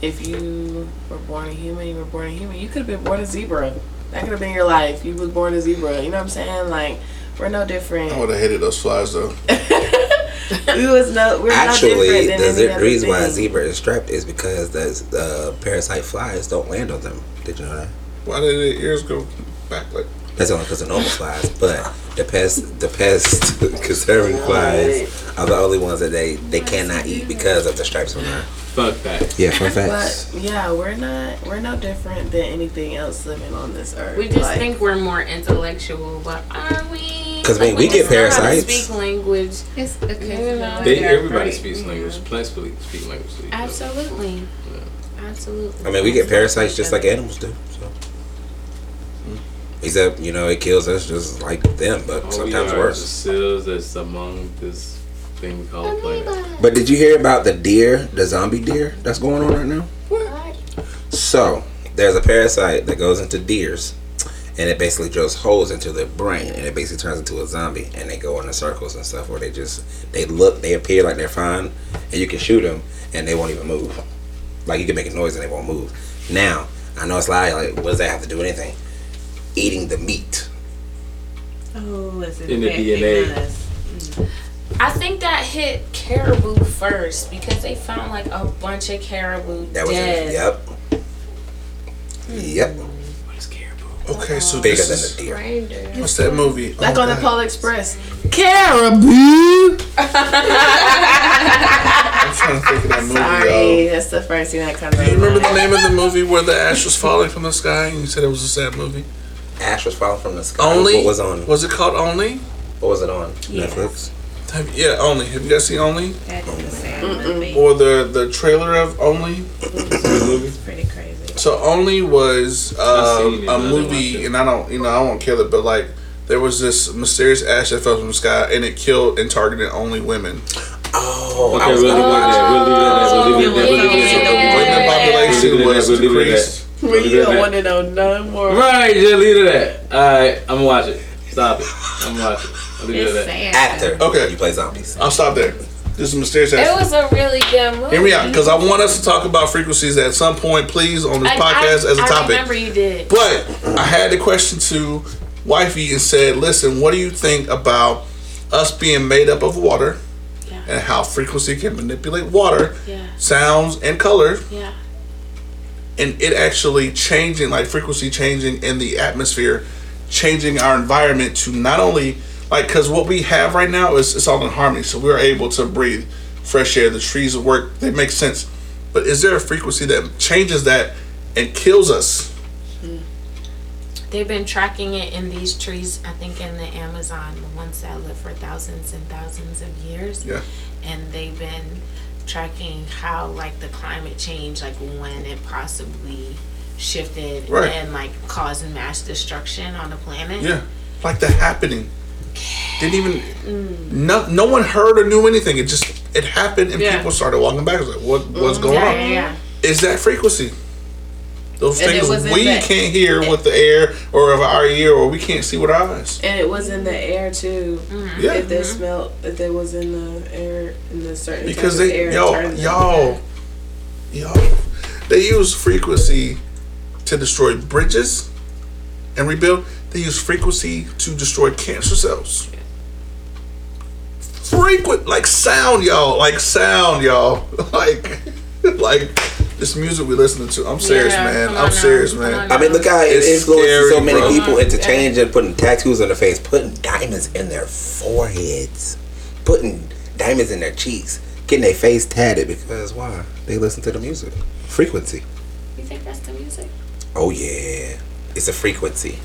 J: If you were born a human, you were born a human. You could have been born a zebra. That could have been your life. You was born a zebra. You know what I'm saying? Like we're no different.
G: I would have hated those flies though.
J: we was no. We're not
F: Actually,
J: different
F: the
J: than
F: zi-
J: any other
F: reason why a
J: thing.
F: zebra is strapped is because the uh, parasite flies don't land on them. Did you know that?
G: Why did their ears go back like
F: That's only because of normal flies, but the pest, the <laughs> pest conserving flies are the only ones that they, they cannot eat because of the stripes on them.
I: Fuck that.
F: Yeah, fun facts.
J: But yeah, we're not. We're no different than anything else living on this earth.
H: We just
J: Like,
H: think we're more intellectual, but are we?
F: 'Cause, I mean, we get
H: just know how to
F: parasites.
H: Speak language. It's okay.
I: They, everybody speaks language. Plants speak speak language. to each other.
H: Absolutely. Absolutely.
F: I mean, we get parasites just like animals do. So,
I: Hmm.
F: except you know, it kills us just like them, but
I: All we
F: sometimes
I: are
F: worse.
I: is Seals that's among this thing we call a planet.
F: But did you hear about the deer, the zombie deer that's going on right now? What? So there's a parasite that goes into deers, and it basically drills holes into their brain, and it basically turns into a zombie, and they go in the circles and stuff where they just they look, they appear like they're fine, and you can shoot them, and they won't even move. Like you can make a noise and they won't move. Now I know it's loud. Like, what does that have to do with anything? Eating the meat.
L: Oh, it's
I: In the DNA.
H: I think that hit caribou first because they found like a bunch of caribou
F: That was
H: dead.
F: it. Yep. Yep.
G: Okay, so
F: Bigger
G: this
F: than
G: is-
F: a deer.
G: What's that movie?
J: Like
G: Oh,
J: on the
G: God.
J: Pole Express, caribou.
G: I'm trying to think of that movie.
J: Sorry,
G: y'all.
J: that's the first thing that comes.
G: Do you remember the name of the movie where the ash was falling from the sky and you said it was a sad movie?
F: Ash was falling from the sky.
G: Only
F: What was on?
G: Was it called Only?
F: What was it on?
G: Yes.
F: Netflix.
G: Have- yeah, Only. Have you guys seen Only?
L: That is a sad
G: Or the the trailer of Only?
H: Mm-hmm.
L: It's pretty crazy.
G: So Only was
I: I've
G: um,
I: seen it,
G: a
I: but I didn't
G: movie, and I don't, you know, I won't kill it, but like there was this mysterious ash that fell from the sky, and it killed and targeted only women.
F: Oh,
I: Okay, we'll leave it at that. We'll leave it at that. We'll leave it at that. We'll leave it at that.
G: Women population
I: We'll leave it at that.
G: was
I: We'll leave it at
G: increased.
I: that. We'll leave it
J: You
I: at
J: don't
I: that.
J: want to know none more.
I: Right, just leave it at that. Alright, I'm gonna watch it. Stop it. I'm gonna watch it. I'll leave it at that.
F: After
G: Okay.
F: you play zombies.
G: I'll stop there. This is mysterious
H: It
G: ash.
H: was a really good movie.
G: Hear me out, because I want us to talk about frequencies at some point, please, on this
H: I-
G: podcast
H: I-
G: as a
H: I
G: topic.
H: remember you did.
G: But I had the question to wifey and said, "Listen, what do you think about us being made up of water, and how frequency can manipulate water,
H: Yeah.
G: sounds, and color,
H: Yeah.
G: and it actually changing, like frequency changing in the atmosphere, changing our environment to not only like because what we have right now is it's all in harmony, so we're able to breathe fresh air. The trees work; they make sense. But is there a frequency that changes that and kills us?"
H: They've been tracking it in these trees, I think in the Amazon, the ones that live for thousands and thousands of years.
G: Yeah.
H: And they've been tracking how like the climate change, like when it possibly shifted
G: Right.
H: and like causing mass destruction on the planet.
G: Yeah, like the happening. Didn't even no no one heard or knew anything. It just it happened and
H: Yeah.
G: people started walking back. It's like what
J: Mm-hmm.
G: what's going
H: Yeah,
G: on?
H: yeah, yeah.
G: Is that frequency? Those
J: And it
G: things
J: was in
G: we
J: that-
G: can't hear with the air or of our ear or we can't see with our eyes.
J: And it was in the air too.
G: Yeah.
J: If they
H: Mm-hmm.
J: smelled, if it was in the air, in the certain
G: Because
J: type of
G: they
J: air,
G: y'all
J: turned
G: y'all y'all they use frequency to destroy bridges and rebuild. They use frequency to destroy cancer cells. Frequent like sound, y'all. Like sound, y'all. <laughs> Like like this music we listening to. I'm serious,
H: Yeah,
G: man.
H: come on
G: I'm
H: now.
G: serious,
H: Come on
G: man.
H: now.
F: I mean, look how it
G: It's
F: influences so
G: scary,
F: many
G: bro.
F: people into changing, putting tattoos on their face, putting diamonds in their foreheads, putting diamonds in their cheeks, getting their face tatted because why? They listen to the music. Frequency.
H: You think that's the music?
F: Oh, yeah. It's a frequency.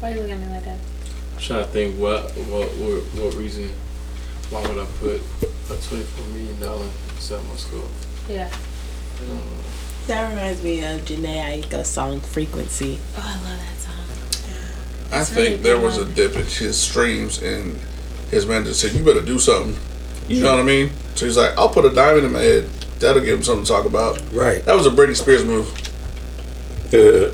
H: Why are you looking at me like that?
I: I'm trying to think what what what, what reason why would I put a twenty four million dollar something on school?
H: Yeah.
I: Um,
E: That reminds me of Janae Aika's song Frequency.
H: Oh, I love that song.
G: I think there was a dip in his streams, and his manager said, "You better do something." You know what I mean? So he's like, "I'll put a diamond in my head. That'll give him something to talk about."
F: <laughs> Right.
G: That was a Britney Spears move.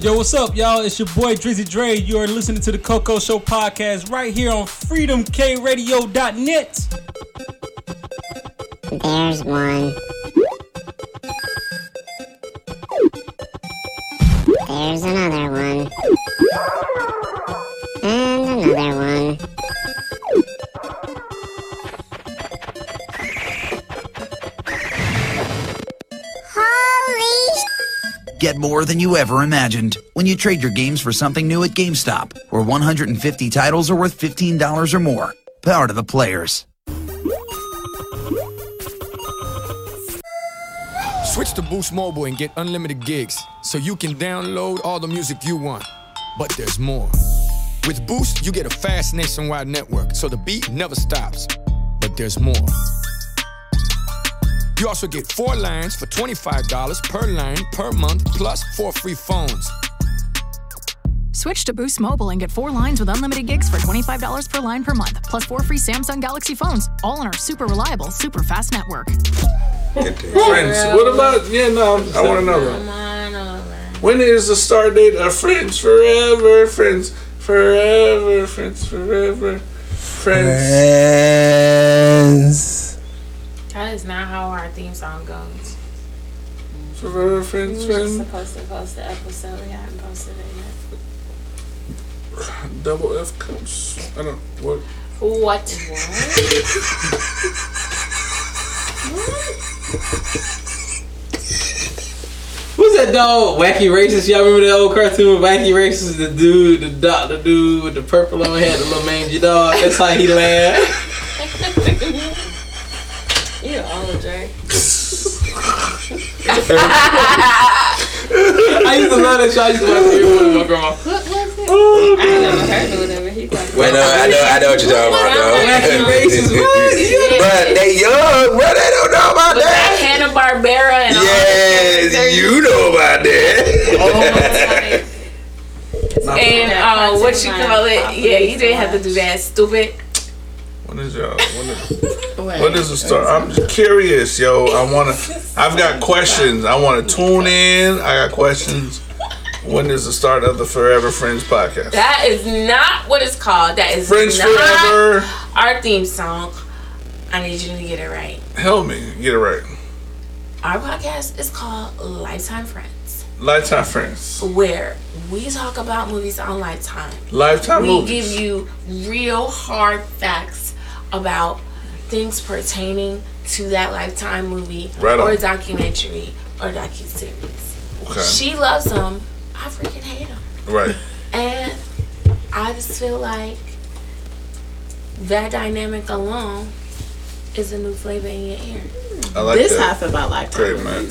M: Yo, what's up, y'all? It's your boy Drizzy Dre. You are listening to the Coco Show podcast right here on freedomkradio.net.
N: There's one. There's another one. And another one.
O: Get more than you ever imagined when you trade your games for something new at GameStop, where 150 titles are worth $15 or more. Power to the players.
A: Switch to Boost Mobile and get unlimited gigs so you can download all the music you want. But there's more. With Boost, you get a fast nationwide network so the beat never stops. But there's more. You also get four lines for $25 per line per month plus four free phones.
B: Switch to Boost Mobile and get four lines with unlimited gigs for $25 per line per month, plus four free Samsung Galaxy phones, all on our super reliable, super fast network.
G: Friends. What about? Yeah, no. I want another one. When is the start date of Friends Forever? Friends Forever. Friends Forever. Friends.
H: Friends. That is not how our theme song goes.
G: Forever friends,
L: We were just
G: friends.
L: supposed to post the episode. We haven't posted it yet.
G: Double F comes. I don't. What?
H: What?
I: What's that dog? Oh, Wacky Racist. Y'all remember that old cartoon Wacky Racist? The dude, the doc, the dude with the purple on head, the little mangy dog. That's how he laughed.
L: you all Jay.
I: I used to love that show. I used to watch it every morning with my grandma.
L: What was it? I never heard of it. He talking
F: Wait, no, I know, I know what you're talking about, though. <laughs> Bruh, they young, bruh, they don't know about
H: With
F: that.
H: that Hanna Barbera and all
F: Yes, you know about that.
H: And uh, what you call it? Yeah, you didn't have to do that, stupid.
G: When is y'all? When is, when is the start? I'm just curious, yo. I wanna. I've got questions. I wanna tune in. I got questions. When is the start of the Forever Friends podcast?
H: That is not what it's called. That is
G: Friends
H: not
G: Forever.
H: our theme song. I need you to get it right.
G: Help me get it right.
H: Our podcast is called Lifetime Friends,
G: Lifetime Friends.
H: where we talk about movies on Lifetime.
G: Lifetime
H: we
G: movies.
H: give you real hard facts about things pertaining to that Lifetime movie
G: Right
H: or
G: on.
H: documentary or docuseries.
G: Okay.
H: She loves them. I freaking hate them.
G: Right.
H: And I just feel like that dynamic alone is a new flavor in your ear.
F: I like
J: this
F: that.
J: half about lifetime.
F: Great, man.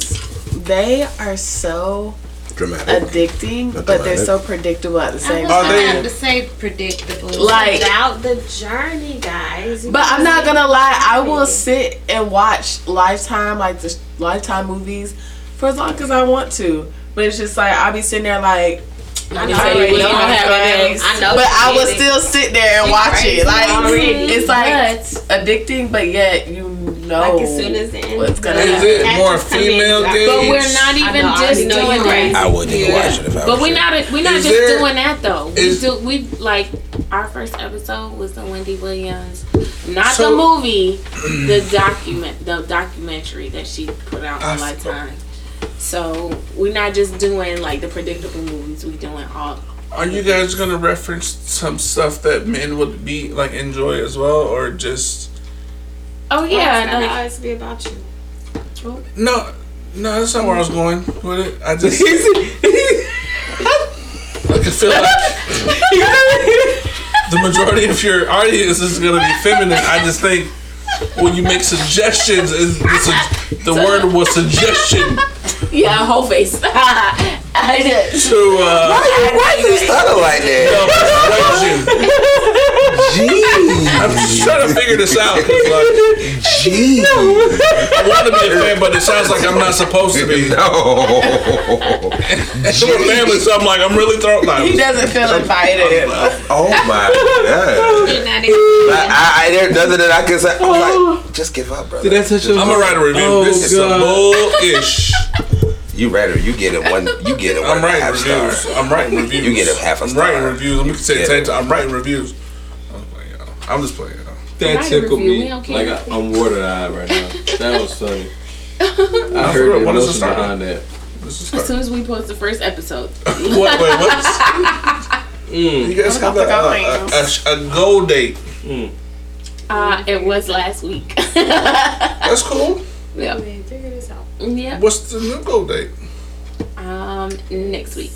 J: They are so
F: Dramatic.
J: addicting,
F: Not
J: but they're
F: dramatic.
J: so predictable at the same
F: Are
J: time.
F: they-
L: have to say predictable.
J: Like-
L: without the journey, guys.
J: But I'm not gonna lie, I will sit and watch Lifetime, like the Lifetime movies, for as long as I want to. But it's just like I'll be sitting there like.
L: I know you don't have it.
J: thanks.
L: I know
J: but
L: she
J: I will
L: did it.
J: still sit there and
L: She
J: watch
L: crazy
J: it. Like
L: already.
J: it's like addicting, but yet you know
L: Like, as soon as the end
J: what's gonna
L: is
J: happen.
L: it more Actors come in, female like- gaze?
H: But we're not
L: I
H: even
L: know, I
H: just
L: know
H: doing
L: you
H: that.
L: crazy. I
F: wouldn't even
L: Yeah.
F: watch it if I
H: But
F: was
H: we're
F: you.
H: not we're not
F: Is
H: just
F: there-
H: doing that though. We
F: is-
H: do we like our first episode was the Wendy Williams, not
L: So-
H: the movie, the document the documentary that she put out
L: I
H: on
L: f-
H: Lifetime. So we're not just doing like the predictable movies. We doing all
G: Are you guys gonna reference some stuff that men would be like enjoy as well, or just
H: Oh
L: yeah,
H: no.
L: I know. It's be about you.
G: no? No, that's not where I was going with it.
I: <laughs>
G: I just I can feel like the majority of your audience is gonna be feminine. I just think when you make suggestions, is the, su- the word was suggestion.
H: Yeah, whole face. <laughs> I did.
G: So, uh,
F: Why you- why you stutter like that?
G: No, persuasion.
F: Jeez.
G: I'm just trying to figure this out. 'cause, Like,
F: Gee.
G: I want to be a fan, but it sounds like I'm not supposed to be.
F: No.
G: It's my family, so I'm like, I'm really thrown. Like,
J: He doesn't feel invited.
F: Oh my god. I, I, there's nothing that I can say. I'm like, just give up, brother.
I: Did that touch your-
F: I'm
I: I'ma write a review. Oh, This is some God.
F: bullish. You writer, you get it one. You get it one
G: I'm
F: and a
G: writing
F: half
G: reviews.
F: star.
G: I'm writing reviews.
F: You get a half a
G: I'm
F: star.
G: writing reviews. Let me say
F: Yeah.
G: it ten times. I'm writing reviews. I'm just playing. y'all. I'm
I: That
G: just playing. y'all.
I: tickled me like I, I'm watered-eyed right now. That was
G: <laughs>
I: funny. I
G: for real,
I: heard the
G: when does it
I: emotion
G: start?
I: behind that.
J: <laughs> As soon as we post the first episode.
G: What- wait,
J: <laughs>
I: Mm.
G: You guys have a, a, a, a, a goal date.
J: Uh, it was last
H: <laughs>
J: week.
G: That's cool.
J: Yeah.
L: Figure this out.
J: Yeah.
G: What's the new
I: <laughs>
G: goal date?
J: Um, next week.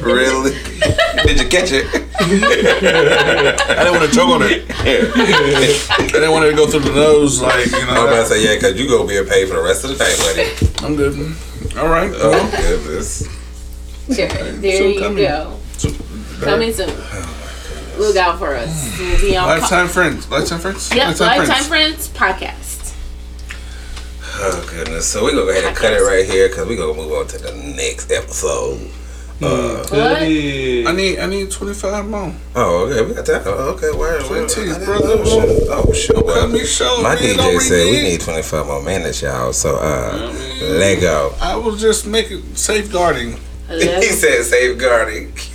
F: Really? Did you catch it? I
G: didn't want to choke on it. I didn't want it to go through the nose, like you know.
F: I'm about to say yeah, cause you gonna be paid for the rest of the night, buddy.
G: I'm good. All right.
F: Oh goodness.
J: There, there
G: So
J: you
G: coming-
J: go. Coming soon. Look out for us. We'll be on po-
G: Lifetime friends. Lifetime friends.
J: Yep,
F: Lifetime
J: Lifetime, Friends. podcast.
F: Oh goodness. So we're gonna go ahead and cut it right here because we're gonna move on to the next episode. Uh,
G: I need I need 25 more.
F: Oh, okay, we got that. Oh, okay, where? where- I
G: 20,
F: didn't
G: brother.
F: know. Oh, shit. Oh, well,
G: me show,
F: my
G: man, don't
F: DJ said we
G: read.
F: need 25 more minutes, y'all. So, uh, Lego.
G: I will just make it safeguarding.
F: <laughs> he said safeguarding. <laughs>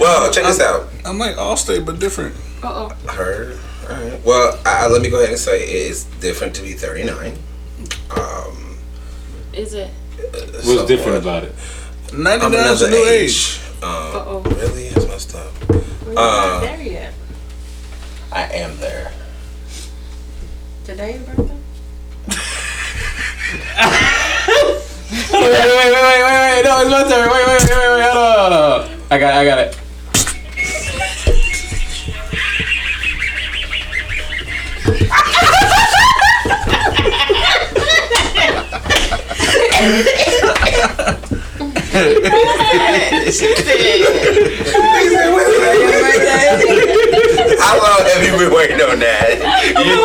F: well, check this out.
G: I'm like Allstate, but different.
J: Uh
F: oh. Heard. Alright. Well, I, I- let me go ahead and say it's different to be 39. Um, uh,
J: Is it?
F: What's
I: different about it?
G: 99 is a new age.
F: Um, really? It's messed <laughs> up. Uh,
L: there yet.
F: I am there.
L: Today your birthday?
I: wait, wait, wait, wait, wait, wait. No, it's my turn. Wait, wait, wait, wait, wait. Hold on, hold on. I got, I got it.
F: <laughs> How long have you been waiting on <laughs> that? You-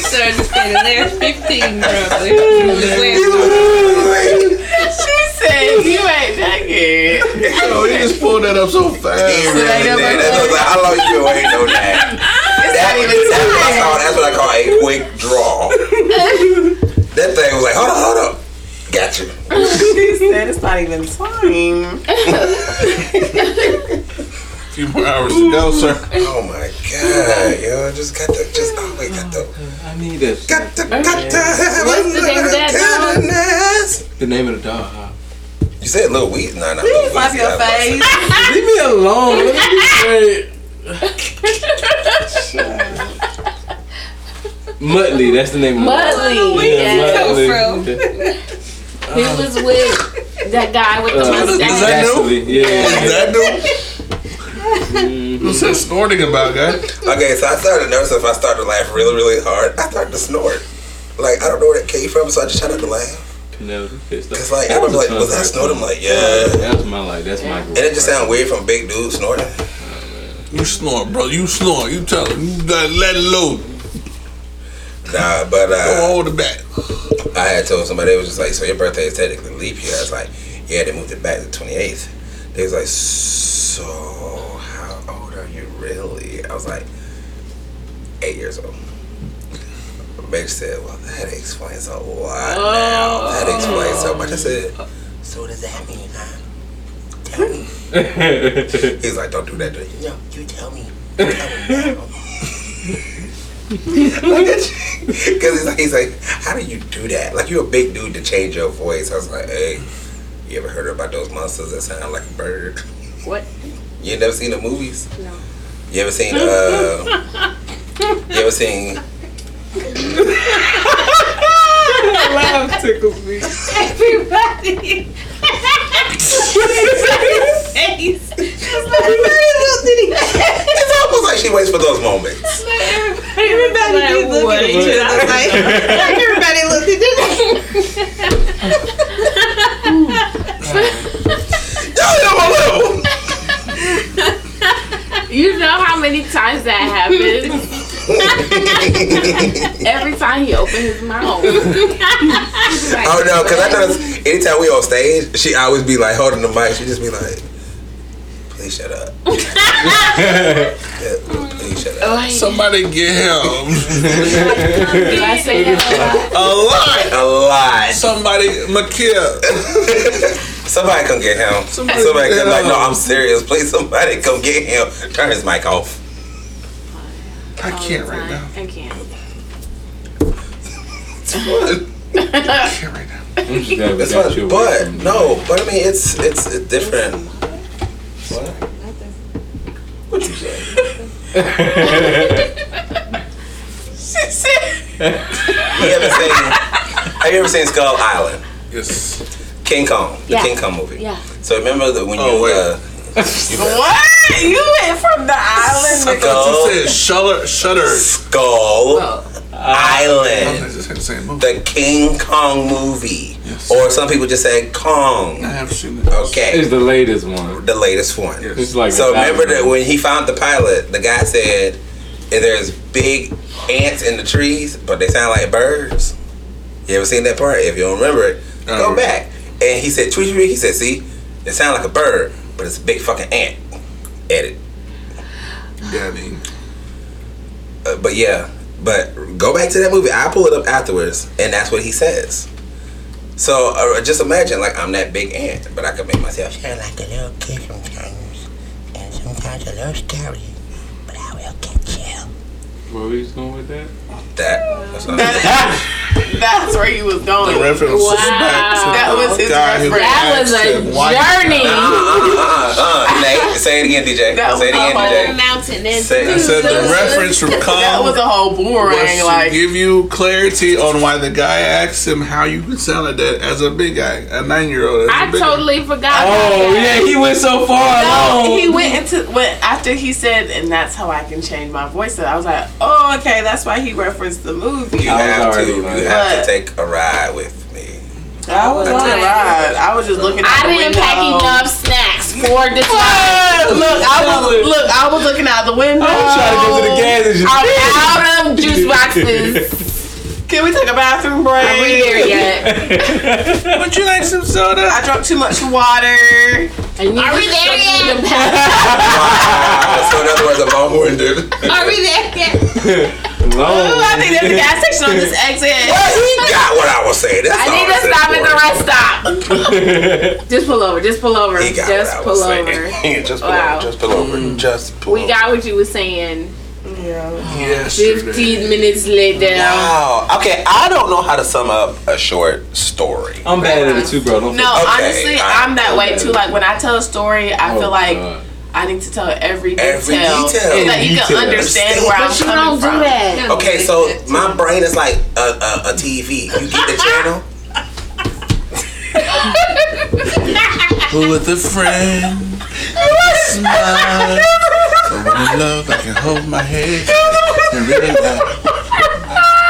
L: Sir, just stayed
J: <laughs>
L: there. 15, probably.
J: She said you ain't that good.
G: Oh, he just pulled that up so fast.
F: Really, dude, that's
J: oh,
F: what- how long you been waiting on that? That- that's what I call- That's what I call a quick
J: <laughs>
F: draw. That thing was like, hold up, hold up. Got you.
J: she said it's not even time.
G: A few more hours to go,
F: <laughs>
G: sir.
F: Oh my god, yo, just got the, just always got the.
I: I need this.
F: Got the, got the.
J: What's the name of that dog?
I: The name of the dog. huh?
F: You said Lil Weezy, nah, nah. Lil
J: Please wash
F: Weezy,
J: your
F: I was-
J: face.
F: <laughs>
I: Leave me alone. Let me be straight. Muttley, that's the name of
J: Muttley.
I: the dog.
J: Where
I: Yeah, Muttley.
L: <laughs>
J: He was with that guy with the
I: Uh,
J: mustache.
I: Exactly. Yeah, yeah.
G: That dude. What's that snorting about, guy?
F: Okay, so I started noticing if I started to laugh really, really hard, I started to snort. Like, I don't know where that came from, so I just tried not to laugh.
I: Penelope pissed off.
F: It's like, I was like, was that snorting? I'm like, yeah.
I: That was my life. That's my
F: And it just sounded weird from big dude snorting.
G: You snort, bro. You snort. You tell him. You gotta let it loose.
F: Nah, but
G: Don't
F: uh,
G: hold it back.
F: I had told somebody, they was just like, so your birthday is technically leap year. I was like, yeah, they moved it back to 28th. They was like, so how old are you really? I was like, eight years old. Bitch said, well, that explains a lot now. That explains so much. I said, so what does that mean? huh? Tell me. He's like, don't do that, dude. No, you tell me. <laughs> <laughs> Because he's like, he's like, how do you do that? Like, you're a big dude to change your voice. I was like, hey, you ever heard about those monsters that sound like a bird? <laughs>
J: What?
F: You ain't never seen the movies? No. You ever seen, uh, you ever seen,
J: <laughs> Laugh tickles me. Everybody. <laughs> face. Just let
F: <laughs> it's almost like she waits for those moments.
L: Everybody just look at each other. Like, everybody looked at each other.
F: Y'all know
H: You know how many times that happens. Every time he opened his mouth. Like,
F: Oh no, because I know anytime we on stage, she always be like holding the mic. She just be like, "Please shut up."
G: Somebody get him.
H: Do I say that?
G: a lot.
F: A lot.
G: Somebody, Makia.
F: Somebody come get him. Somebody,
G: Somebody
F: come
G: get
F: like,
G: him.
F: no, I'm serious. Please, somebody come get him. Turn his mic off.
G: I can't right now.
H: I can't.
F: That's fine. But no, but I mean, it's it's a different. What? What you say?
P: She said.
F: you ever seen? Have you ever seen Skull Island?
G: Yes.
F: King Kong, the King Kong movie.
P: Yeah.
F: So remember that when you uh,
P: Oh, <laughs> What? You went from the island to
F: Skull. <laughs>
G: Shutter. Shutter.
F: Skull Island. The King Kong movie, or some people just say Kong. I
G: have seen it.
F: Okay.
Q: It's the latest one.
F: The latest one.
Q: It's like
F: so
Q: a thousand
F: remember that
Q: years.
F: when he found the pilot, the guy said, "There's big ants in the trees, but they sound like birds." You ever seen that part? If you don't remember it, go back. And he said, "Tweet He said, "See, it sounds like a bird, but it's a big fucking ant." Edit.
G: Yeah, I mean.
F: Uh, but yeah, but go back to that movie. I pull it up afterwards, and that's what he says. So uh, just imagine, like I'm that big ant, but I can make myself sound like a little kid sometimes, and sometimes a little scary.
Q: Where we just going with that?
F: That. That's not <laughs>
J: That's where he was going.
F: The reference
J: wow.
F: is back to
J: that was his
F: guy who That
J: reference.
F: was a acted white
J: journey.
F: Uh, uh, Nate, say it again, DJ.
J: That was
F: say it
J: a
F: again,
J: whole
F: DJ.
J: mountain
F: and Say- I said
G: the reference
J: <laughs>
G: from
J: That
G: Kong
J: was a whole
G: was
J: boomerang.
G: to
J: Like
G: give you clarity on why the guy asked him how you could sound like that as a big guy, a nine year old. <laughs>
H: I totally forgot.
G: Oh,
H: about that.
G: yeah, he went so far
J: No,
L: Oh.
G: along.
J: he went into when after he said, and that's how I can change my voice. And I was like, oh, okay, that's why he referenced the movie.
F: You have to, you have to take a ride with me. <laughs>
J: I was on a ride. I was just looking. Out
H: I
J: the
H: didn't
J: window.
H: pack enough snacks for this
J: What? Look, I was look. I was looking out the window.
H: I'm trying to get to the gas
P: station.
J: I'm out of juice
G: <laughs>
J: boxes. Can we take a bathroom break?
P: Are we there yet?
J: Would you like some soda? I drank too much water.
P: Are we there
F: so in other words, I'm all winded.
P: Are we there yet?
J: Ooh, I think there's a gas station on this exit.
F: Well, he got what I was saying. That's
H: I
F: all
H: need to
F: said
H: stop at the
F: for
H: rest stop.
F: <laughs>
H: Just pull over. Just pull over.
F: it. He got
H: Just
F: what I
H: pull
F: was
H: over.
F: <laughs> saying. just pull
H: Wow.
F: over. Just pull over. Just pull
H: We got what you were saying. Yeah.
F: Yesterday.
H: Fifteen minutes later.
F: Wow. Okay, I don't know how to sum up a short story.
Q: I'm bad at it too, bro. Don't
J: No,
F: Okay,
J: honestly,
F: all
J: I'm that way
F: okay.
J: too. Like when I tell a story, I
F: Oh,
J: feel like
F: God.
J: I need to tell every detail,
F: Every detail.
J: so that you
F: Detail.
J: can understand where I'm
H: But you
J: coming
H: don't do
J: from.
H: that.
F: Okay, so my brain is like a, a, a TV. You get the channel.
G: With a friend, smile. So when in love, I can hold my head and really laugh.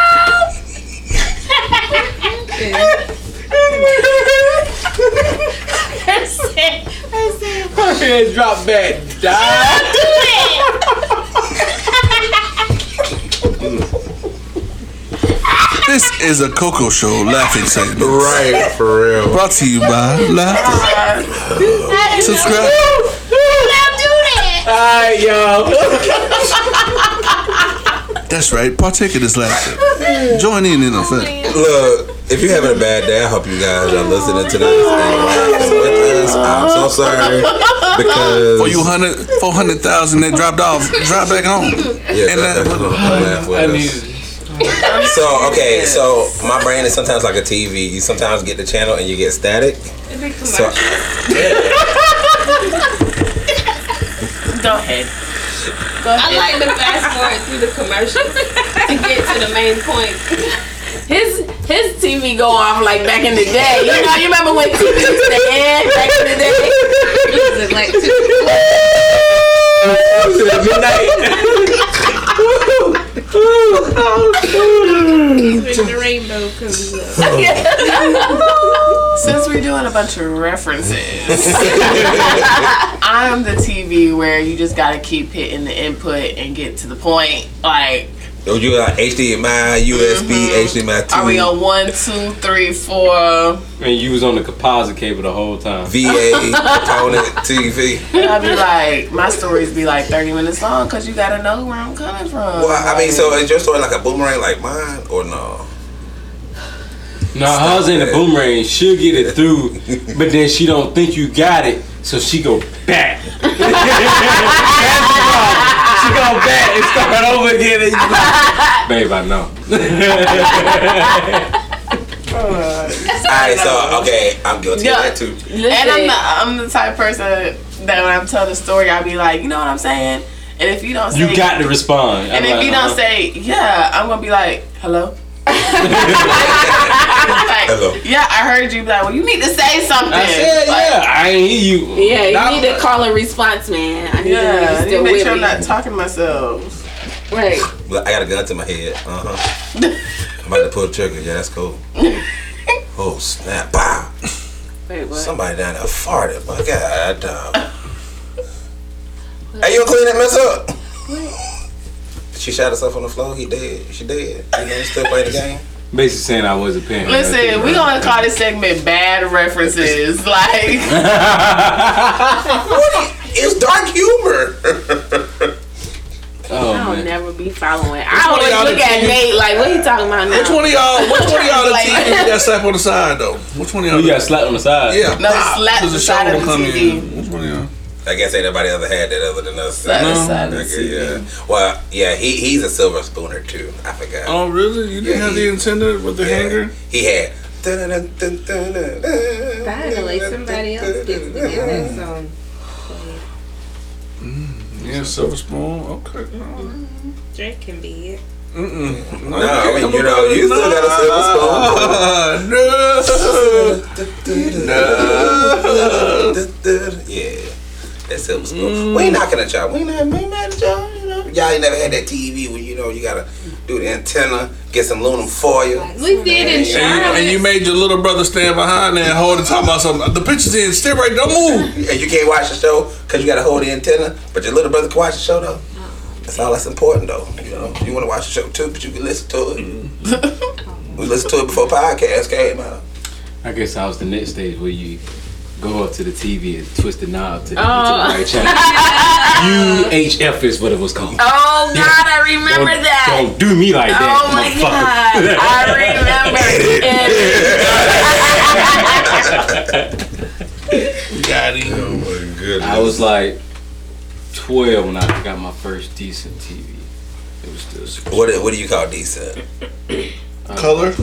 P: I said, I said, her head dropped back.
G: This is a Coco Show laughing segment. Right, for real. Brought to you by Laughter.
P: Don't
G: Subscribe.
P: do that. Alright,
G: That's right, partake of this laughter. Join in in a fun.
F: Look, if you're having a bad day, I hope you guys are listening to this and laughing with us. I'm so sorry because
G: For you 100, 400,000 that dropped off, drop back home.
F: Yeah, that- that's what I'm laugh with us. So okay, so my brain is sometimes like a TV. You sometimes get the channel and you get static. So
J: Go ahead.
P: I like to fast forward through the commercials to get to the main point.
H: His his TV go off like back in the day. You
P: <laughs>
H: know, you remember when TV used to end back in the day? It was like <laughs>
P: Midnight. when the rainbow comes up.
J: Since we're doing a bunch of references,
H: <laughs>
J: I'm the TV where you just gotta keep hitting the input and get to the point. Like,
F: Oh, you got HDMI, USB, HDMI two.
J: are we on one, two, three, four?
I: And you was on the composite cable the whole time.
J: VA, component,
F: TV.
J: I'd be like, my stories be like 30 minutes long because you gotta know where I'm coming from.
F: Well, I mean, so is your story like a boomerang like mine or no?
I: No, hers ain't a boomerang. She'll get it
F: <laughs>
I: through, but then she don't think you got it, so she go back. That's the problem. she go back and start over again. And you like, Babe, I know.
F: All right, so okay, I'm guilty
J: Yeah.
F: of that too.
J: And I'm the, I'm the type of person that when I'm telling a story, I'll be like, you know what I'm saying? And if you don't say,
I: You got to respond.
J: And
I: I'm
J: if
I: like,
J: you don't
I: uh-huh.
J: say, yeah, I'm gonna be like, hello.
I: hello.
J: Yeah, I heard you. Be like, well, you need to say something.
L: I said,
J: Like,
I: Yeah, I ain't hear you.
L: Yeah, you
J: Nah.
L: need to call a response, man. I need
J: Yeah,
L: to know
J: I
L: you
J: need to
L: still
J: make
L: with
J: sure I'm
L: me.
J: not talking to myself.
L: Right.
F: Look, I got a gun to my head. Uh huh. I'm about to pull the trigger. Yeah, that's
L: <laughs>
F: cool. Oh snap! Wow.
L: Wait, what?
F: Somebody down there farted. My God, dog. Hey, you gonna clean that mess up? She shot herself on the floor. He dead. She dead. You know, you still play the game.
I: Basically saying I wasn't paying.
J: Listen, we gonna call this segment "Bad References." <laughs> Like,
F: it's dark humor.
I: Oh,
L: I'll
I: man.
L: never be following.
F: Which
L: I
F: one of
L: always
F: y'all
L: look
F: the
L: at
F: team?
L: Nate like, what he talking about now?
F: Which one of y'all? Which one of y'all the
L: Like-
F: TV got slapped on the side though? Which one of y'all?
I: You got slapped on the side.
F: Yeah.
J: No, slap
F: Cause
J: the side
F: shoulder
J: of the
F: come
J: TV.
F: in. Which one of y'all? I guess ain't nobody ever had that other than us.
J: Slap the No. side of the
F: Okay, yeah. Well, yeah, he, he's a silver spooner too. I forgot.
G: Oh, really? You didn't
F: Yeah,
G: have
F: he-
G: the intended with the
F: yeah.
G: hanger?
F: He had.
L: Finally, somebody else gets to get that song.
G: Yeah, silver spoon. Okay.
L: Drake can be it.
G: Mm-mm.
F: No, I mean, you know, you still got a silver spoon. No. Yeah, that silver spoon. We ain't knocking at y'all. We ain't we ain't mad at y'all. You know, y'all ain't never had that TV where you know you gotta do the antenna, get some aluminum foil.
L: We did in
G: And, and
L: Charlotte.
G: you made your little brother stand behind there and hold it, talking about something. The picture's in. Stay right. Don't move.
F: And you can't watch the show because you got to hold the antenna, but your little brother can watch the show though. That's all that's important though. You know, you want to watch the show too, but you can listen to it. <laughs> we listened to it before podcast came out.
I: I guess I was the next stage where you go up to the TV and twist the knob to,
L: Oh.
I: to the right channel. UHF is what it was called.
L: Oh God, I
I: Don't,
L: remember that.
I: don't do me like that.
L: Oh my
I: motherfucker.
H: <laughs>
L: God, I remember
F: Got him.
I: Oh
F: my goodness.
I: I was like 12 when I got my first decent TV. It was still.
F: What do- what do you call decent?
G: Color?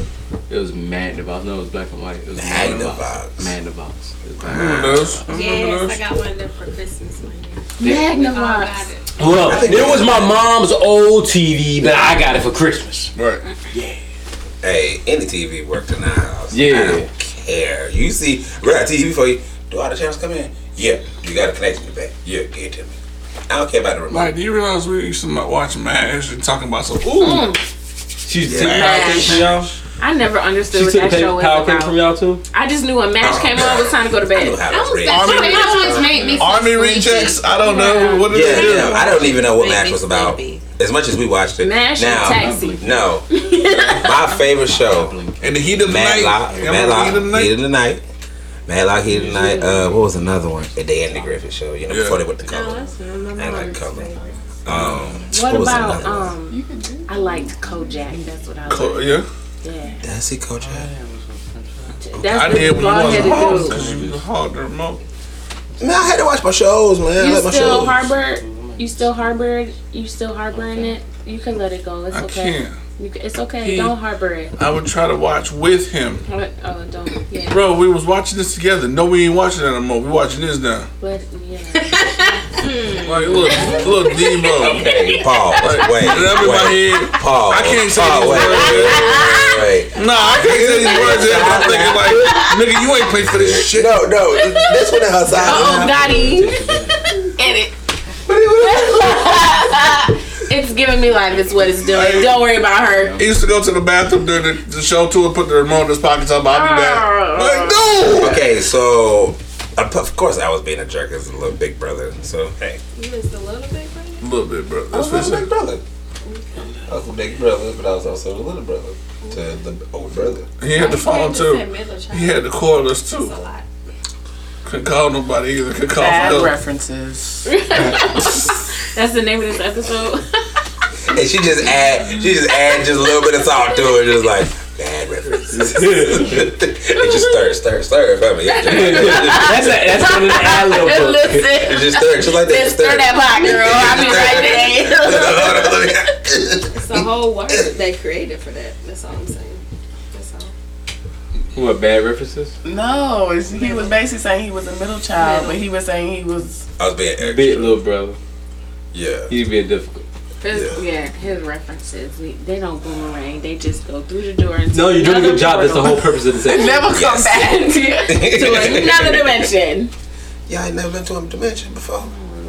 I: It was Magnavox. No, it was black and white. It was
F: Magnavox.
I: Magnavox. It was black and white.
G: Remember those? Remember
L: Yes, I
G: those?
L: got one there for Christmas one year.
K: Magnavox.
I: Well, it was my mom's old TV, but I got it for Christmas.
F: Right. Yeah. Hey, any TV worked in the house. I
I: Yeah.
F: don't care. You see, we got TV for you. Do all the channels come in? Yeah. You got a connection to the back. Yeah, give it to me. I don't care about the remote.
G: Like, do you realize we used to not watch MASH and talking about some? Ooh,
I: she's
G: yeah.
L: MASH. I never understood what that show was about.
I: y'all too.
L: I just knew a
H: <laughs>
L: match came on. It was time to go to bed.
F: how to read.
L: I was
F: Army-
L: like, "Those ones make me so
G: Army
L: sleepy."
G: rejects. I don't know what it
F: yeah,
G: is.
F: yeah. I don't even know what Mash
L: me
F: was about. As much as we watched it.
L: Mash and
F: now,
L: Taxi. <laughs>
F: No. My favorite show.
G: In the heat of the night.
F: Madlock.
G: Y'all remember
F: Madlock. Heat of the night. Heat of the night. Madlock. Heat of the night. Uh, what was another one? The Day and the Griffith show. You know, before they went to
L: No,
F: color.
L: that's not my
F: I like
L: mom's
F: color.
L: favorite.
F: Um,
L: What
F: was
L: about
F: another one?
L: um? I liked Kojak. That's what I liked.
G: Co- yeah.
L: yeah.
F: Did I see Coach
L: That's
G: I
L: what
G: did when you
L: bald-headed
G: wasn't Oh, home
L: dude.
G: because you was hard to remote.
F: Man, I had to watch my shows, man. I
H: You
F: like my
H: still
F: shows.
H: harbor? You still harbor? You still harboring it? You can let it go. It's
G: I
H: okay.
G: can't.
H: You ca- It's okay.
G: He-
H: Don't harbor it.
G: I would try to watch with him.
H: What- Oh, don't. Yeah.
G: Bro, we was watching this together. No, we ain't watching that no more. We watching this now.
H: But yeah.
G: Like, look, look, Debo.
F: Okay, pause. Wait,
G: That my
F: wait.
G: head.
F: Pause.
G: I can't say
F: Pause.
G: these
F: Wait,
G: words.
F: wait, wait, wait.
G: Nah, I can't say these words. yet.
I: <laughs>
G: I'm thinking like, nigga, you ain't paid for this shit.
F: No, no, this one in her side.
L: Oh, <laughs>
H: <laughs>
L: Gotti. Edit. it's giving family life is what it's doing. Don't worry about her.
G: He used to go to the bathroom during the, the show too and put the remote in his pocket. Talking about, I'll be back. Like, no.
F: Okay, so of course I was being a jerk as a little big brother. So hey,
L: You missed a little bit, brother.
G: little bit, brother. That's
F: I
G: what
F: was
G: he
F: a big
G: said.
F: Oh, brother. I was a big brother, but I was also a little brother to the old brother.
G: He had the phone too. He had the cordless too.
L: That's a lot.
G: Couldn't call nobody either. Could call
J: Bad
G: for help.
J: references.
L: That's the name of this <laughs> episode.
F: And she just add, she just add just a little bit of salt to it, just like bad references. it just stir, stir, stir. If I'm a
L: That's a- that's one of the ad-lib books. Listen.
F: It just stir, just like that.
L: Just stir that pot, girl. I'll be
H: <laughs>
F: <laughs>
L: right
F: there.
L: It's the whole word they created for that. That's all I'm saying. That's all.
I: What bad references?
J: No, it's, he was basically saying he was a middle child, but he was saying he was.
F: I was being extra.
I: Big little brother.
F: Yeah.
I: He's being difficult.
H: His, yeah. his references, we, they don't boomerang. They just go through the door and
I: No, you're doing a good job. That's the whole purpose of the segment.
H: to <laughs>
F: <laughs>
H: another dimension.
F: Yeah, I ain't never been to a dimension before.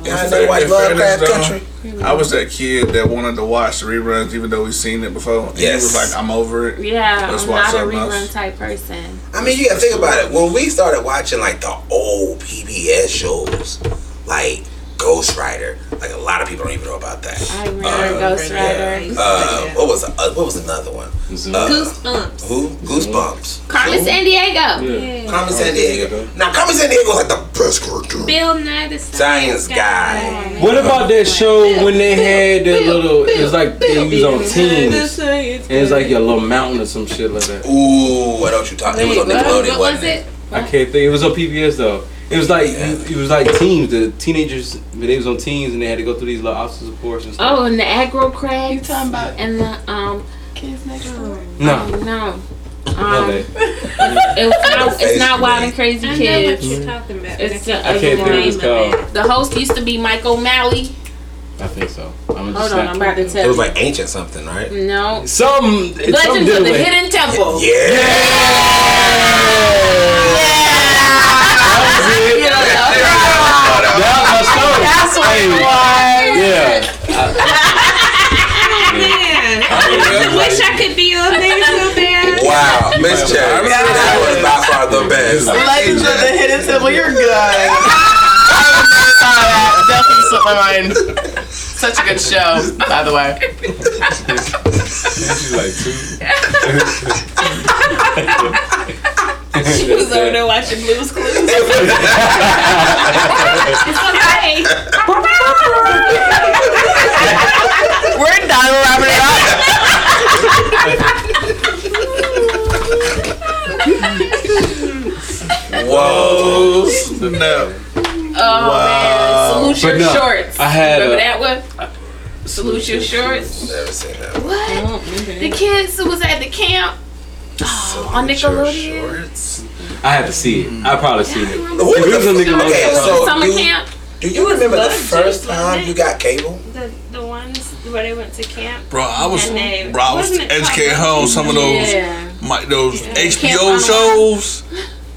G: In
F: I
G: fact-
F: know white
G: in
F: Lovecraft
G: fairness, though,
F: Country.
G: I was that kid that wanted to watch the reruns, even though we've seen it before. And
F: Yes.
G: He was like, "I'm over it.
H: Yeah,
G: let's
H: I'm
G: watch
H: not a
G: something
H: rerun
G: else."
H: type person.
F: I mean, you gotta think about it. When we started watching like the old PBS shows, like Ghost Rider, like a lot of people don't even know about that.
H: I remember Ghost Rider.
F: Uh, what was uh, what was another one? Uh,
H: Goosebumps.
F: Who? Goosebumps.
H: Carmen San Diego.
F: Yeah. Carmen San Diego. Now, Carmen San Diego like the best character.
H: Bill Nye the
F: Science guy.
I: What about that show when they had that little? It was like they was on teams,
L: Teens.
I: and it's like your little mountain or some shit like that.
F: Ooh, I know what you talking. It was on Nickelodeon, wasn't it?
I: I can't think. It was on PBS though. It was like it was like teams. The teenagers, they was on teams, and they had to go through these little obstacles course and stuff.
H: Oh, and the aggro crab. You talking about and the um kids next door?
I: No.
H: Oh, no.
I: No,
H: Um,
I: they-
H: it was not, it's not wild and crazy
K: I know what
H: kids.
K: you're talking about.
H: It's the
I: I
H: other
I: can't think what it's
H: one.
I: called.
H: The host used to be Mike O'Malley.
I: I think so. I'm
H: Hold on, I'm about to tell
F: It Oh. was
H: you.
F: like ancient something, right?
H: No.
I: Some
H: Legends of the Hidden Temple. <laughs>
F: Yeah.
I: That's
L: what it was.
I: Yeah.
L: Man, I wish I could be on there so bad.
F: <laughs> Wow, Miss J, that was by far the best.
J: Legends of the Hidden Temple, you're good. <laughs> Definitely slipped my mind. Such a good show, by the way.
I: She's like two.
L: She was over there watching Blue's Clues. it's okay.
J: We're done wrapping it up.
G: Whoa, snap!
H: Oh man, salute
I: But
H: your
I: no,
H: shorts.
I: I had
H: remember
I: a-
H: that one. Salute your shorts.
F: Never seen that.
H: What? The kids who was at the camp oh, on Nickelodeon.
I: I had to see
G: Mm.
I: it. I probably seen it.
F: Who was
I: If it was on
F: the-
I: Nickelodeon,
F: okay,
I: I probably-
F: so
H: Summer
F: you-
H: camp.
F: Do you remember the first time you got cable?
K: The, the ones where they went to camp.
G: Bro, I was
K: And they-
G: bro, I was
K: wasn't it
G: educating her on some of those
K: Yeah.
G: my, those HBO
K: Can't
G: shows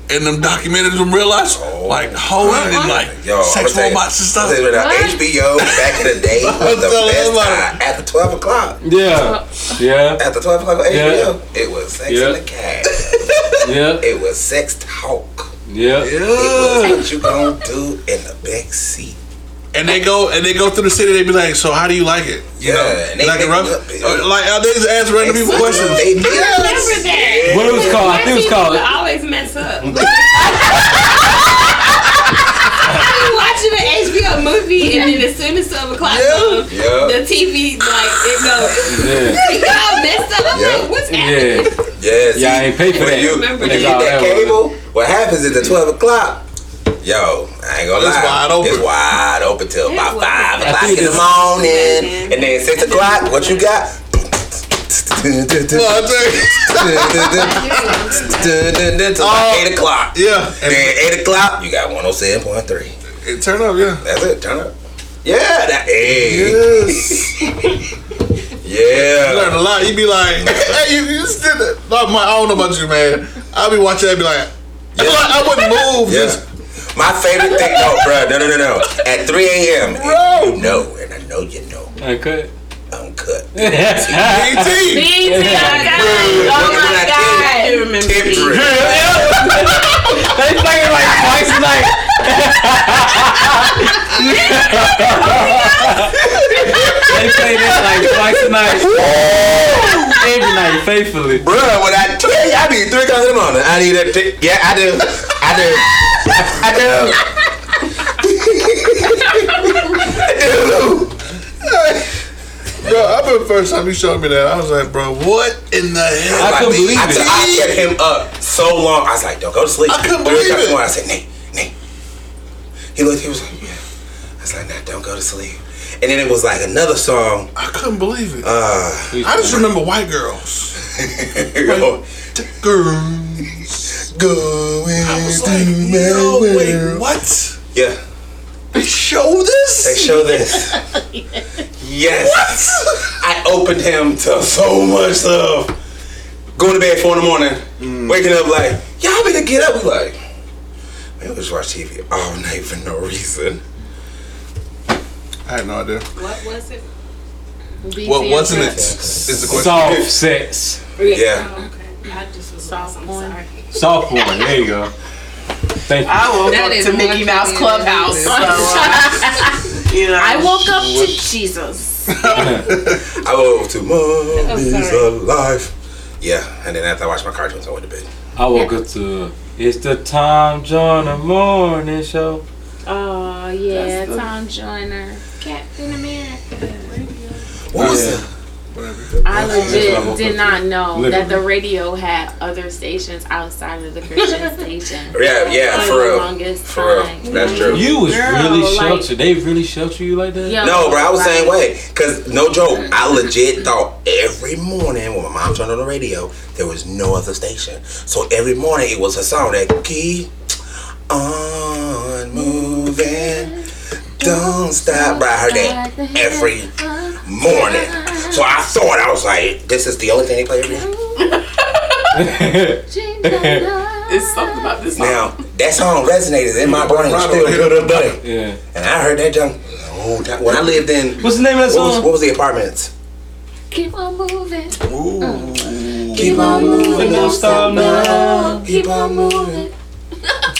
G: and them documentaries from real life, like Hoed and like
F: Oh, Yo,
G: sex
F: I'm gonna
G: robots and
F: tell
G: stuff.
F: you- I'm gonna tell you right now, HBO back in the
G: <laughs>
F: day was the
G: Tell
F: best
G: everybody.
F: time after 12 o'clock.
I: Yeah. Yeah.
F: After 12 o'clock on
I: Yeah.
F: HBO, it was sex
I: Yeah.
F: in the cat.
I: <laughs> Yeah.
F: It was sex talk.
I: Yeah.
F: It was what you gonna do in the back seat.
G: And they go and they go through the city. They be like, "So how do you like it? You
F: Yeah,
G: know,
F: and they
G: you like
F: make
G: it rough?
F: it up, bitch.
G: Uh, Like uh, they just ask random people questions.
F: They did.
L: that.
I: What it was called? I think it was called.
L: I always mess
I: <laughs>
L: up. I be watching an HBO movie and then as soon as seven o'clock comes,
F: Yeah.
L: the TV like it goes. <laughs>
I: Yeah.
L: Y'all messed up. I'm
F: Yeah.
L: like, what's happening?
I: Yeah. <laughs>
F: Yes.
I: Yeah, I ain't pay for
F: when
I: that.
F: You,
L: Remember
F: when you
I: that.
F: get that
I: Yeah.
F: cable, what happens is at 12 o'clock, yo, I ain't gonna
G: It's
F: lie.
G: wide open.
F: It's wide open till about 5
I: I
F: o'clock
I: think
F: in the
I: it's-
F: morning. And then 6 o'clock, what you got?
G: Well, I tell you.
F: Till about 8 o'clock.
G: <laughs> Yeah.
F: Then 8 o'clock, you got 107.3.
G: It turn up, yeah.
F: <laughs> That's it, turn up. Yeah, that, hey.
G: Yes. You learn
F: Yeah.
G: a lot. You be like, hey, you, you still, like my, I don't know about you, man. I be watching. I be like, I be like, I wouldn't move.
F: Yeah.
G: Just,
F: My favorite thing,
G: <laughs>
F: no, bro, no, no, no, no. At 3 a.m., you know, and I know you know.
I: I could.
F: Uncut.
L: <laughs>
G: BT.
L: Oh my god. You remember
F: <laughs>
G: They play it like twice a night.
I: <laughs> They play this like twice a night. Every night, faithfully.
F: Bruh, when I tell you, I be three times in the morning. I need a tick. Yeah, I do. I do. I do.
G: Bro, I remember the first time you showed me that, I was like, bro, what in the hell?
F: I couldn't believe it. I
G: I,
F: kept him up so long. I was like, don't go to sleep.
G: I couldn't
F: Three o'clock in the
G: believe it.
F: morning, I said, Nate, Nate. He looked, he was like, yeah. I was like, nah, don't go to sleep. And then it was like another song. <laughs>
G: I couldn't believe it.
F: Uh,
G: I just remember white girls. Girls going I was like, yo, wait, what?
F: Yeah.
G: They show this?
F: They show
G: <laughs>
F: this. yes. I opened him to so much love. Going to bed four in the morning, waking up like, y'all better get up. We like, man, we just watch TV all night for no reason.
G: I had no idea.
L: What was it?
G: What wasn't it? Is the question.
I: Soft sex.
F: Yeah.
L: I just was lost. I'm sorry.
I: Soft porn. There you go. Thank you.
J: I woke
L: That
J: up
L: is
J: to Mickey
L: one
J: Mouse
L: thing.
J: Clubhouse. So, uh,
L: <laughs>
J: you know,
L: I woke up to
J: what-
L: Jesus.
F: <laughs> I woke up to mom
L: I'm
F: is
L: sorry.
F: alive. Yeah. And then after I watched my cartoons, I went to bed.
I: I woke up to it's the Tom Joyner morning show.
H: Oh yeah,
I: That's the-
H: Tom Joyner, Captain America.
I: Oh,
F: What was that?
H: I legit
I: woke
H: did
I: up
H: not know
I: Literally.
H: that the radio had other stations outside of
L: <laughs>
H: the Christian station.
F: Yeah, yeah,
H: For
F: for
H: the
F: real.
H: longest
F: For real.
H: time.
F: That's true.
I: You was
H: Girl,
I: really
H: like-
I: sheltered. They really sheltered you like that?
H: Yeah.
F: No, bro, I was the same
H: Right.
F: way. Cause no joke, I legit thought every morning when my mom turned on the radio, there was no other station. So every morning it was a song that keep on moving, don't stop. Bro, I heard that every morning. So I thought I was like, this is the only thing they play every day.
J: It's something about this song.
F: Now that song resonated in my brain still to the day.
I: Yeah.
F: And I heard that junk. long time- When I lived in
I: What's the name of that
F: what was,
I: song?
F: what was the apartments?
H: Keep on moving. Uh.
F: Keep on moving,
I: Don't stop now.
H: Keep on moving.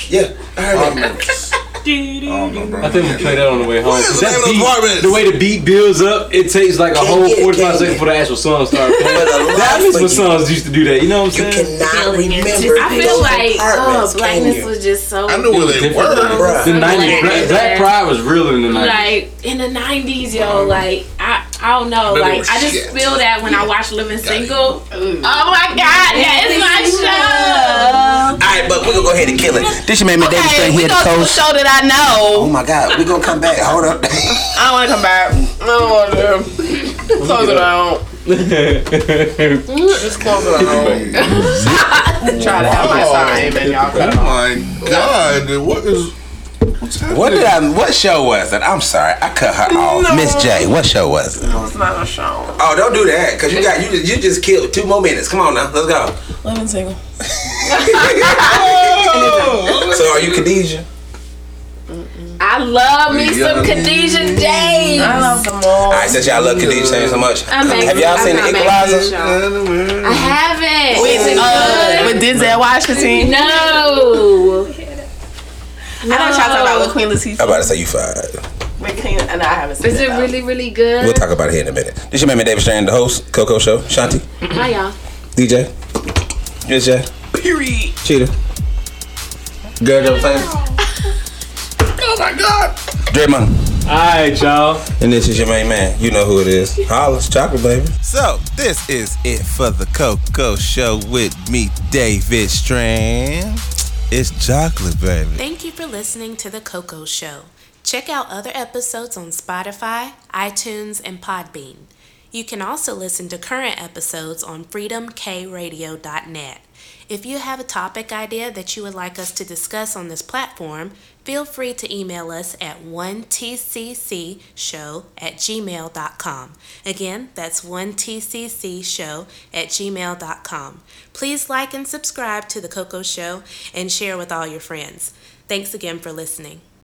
F: Yeah, I heard that.
I: I think we play that on the way home. 'cause
G: What is
I: that
G: the name of the
I: beat,
G: apartment?
I: the way the beat builds up, it takes like a
F: Can't
I: whole
F: get it,
I: 45
F: can't
I: seconds
F: get
I: for the actual song start
F: But a
I: playing.
F: lot
I: That is what
F: for you.
I: songs used to do that. You know what
F: You
I: I'm saying?
F: cannot remember.
H: I feel
F: those
H: like oh,
F: apartments, can
H: blackness
F: you?
H: was just so
G: I knew where they
I: Different.
G: were.
F: Bruh.
I: The 90s, Black, Black Pride was real in the 90s.
H: like in the nineties, yo. Like I, I don't know.
G: But it
H: Like
G: was
H: I just
G: shit.
H: feel that when I watch Living
G: it.
H: Single. Oh my god, that is my show.
F: All right, but we're gonna go ahead and kill it. This should make me Davis
J: Hey,
F: straight
J: we
F: here to
J: go to a
F: coast.
J: show that I
F: Oh
J: know.
F: my God, we're gonna come back. Hold up.
J: I don't want to come back. I don't want <laughs> to. Close it out. Just close it out. Try to have my time and y'all cut it off.
G: Oh my god, what is. What's
F: <laughs>
G: happening?
F: What did I? What show was it? I'm sorry, I cut her off. Miss J, what show was it?
J: No, it's not a show.
F: Oh, don't do that, cause you got you just you just killed two more minutes. Come on now, let's go.
J: Living single.
F: So are you Khadijah?
H: I love me some Khadijah James.
J: I love them
F: All
J: all.
F: right, since y'all love Khadijah James so much,
H: Oh, I'm mad.
F: have y'all
H: I'm
F: seen
H: not
F: the
H: mad at this
F: Equalizer?
H: show. I haven't.
J: With, uh, with Denzel Washington.
H: no.
J: I know what y'all talking about with Queen Latifah.
F: I'm about to say you fired.
J: With Queen, and I haven't seen
H: Is it
J: though.
H: really, really good?
F: We'll talk about it here in a minute. This your man, David Strand, the host, Coco Show, Shanti,
H: Hi, y'all.
F: DJ, Miss J,
J: Period.
F: Cheetah, Girl, Jump
H: <laughs>
F: Famous,
G: Oh my god!
F: Draymond.
I: Alright, y'all.
F: And this is your main man. You know who it is. Hollis Chocolate Baby. So, this is it for the Coco Show with me, David Strand. It's Chocolate Baby.
R: Thank you for listening to The Coco Show. Check out other episodes on Spotify, iTunes, and Podbean. You can also listen to current episodes on freedomkradio.net. If you have a topic idea that you would like us to discuss on this platform, feel free to email us at 1tccshow at gmail.com. Again, that's 1tccshow at gmail.com. Please like and subscribe to The Coco Show and share with all your friends. Thanks again for listening.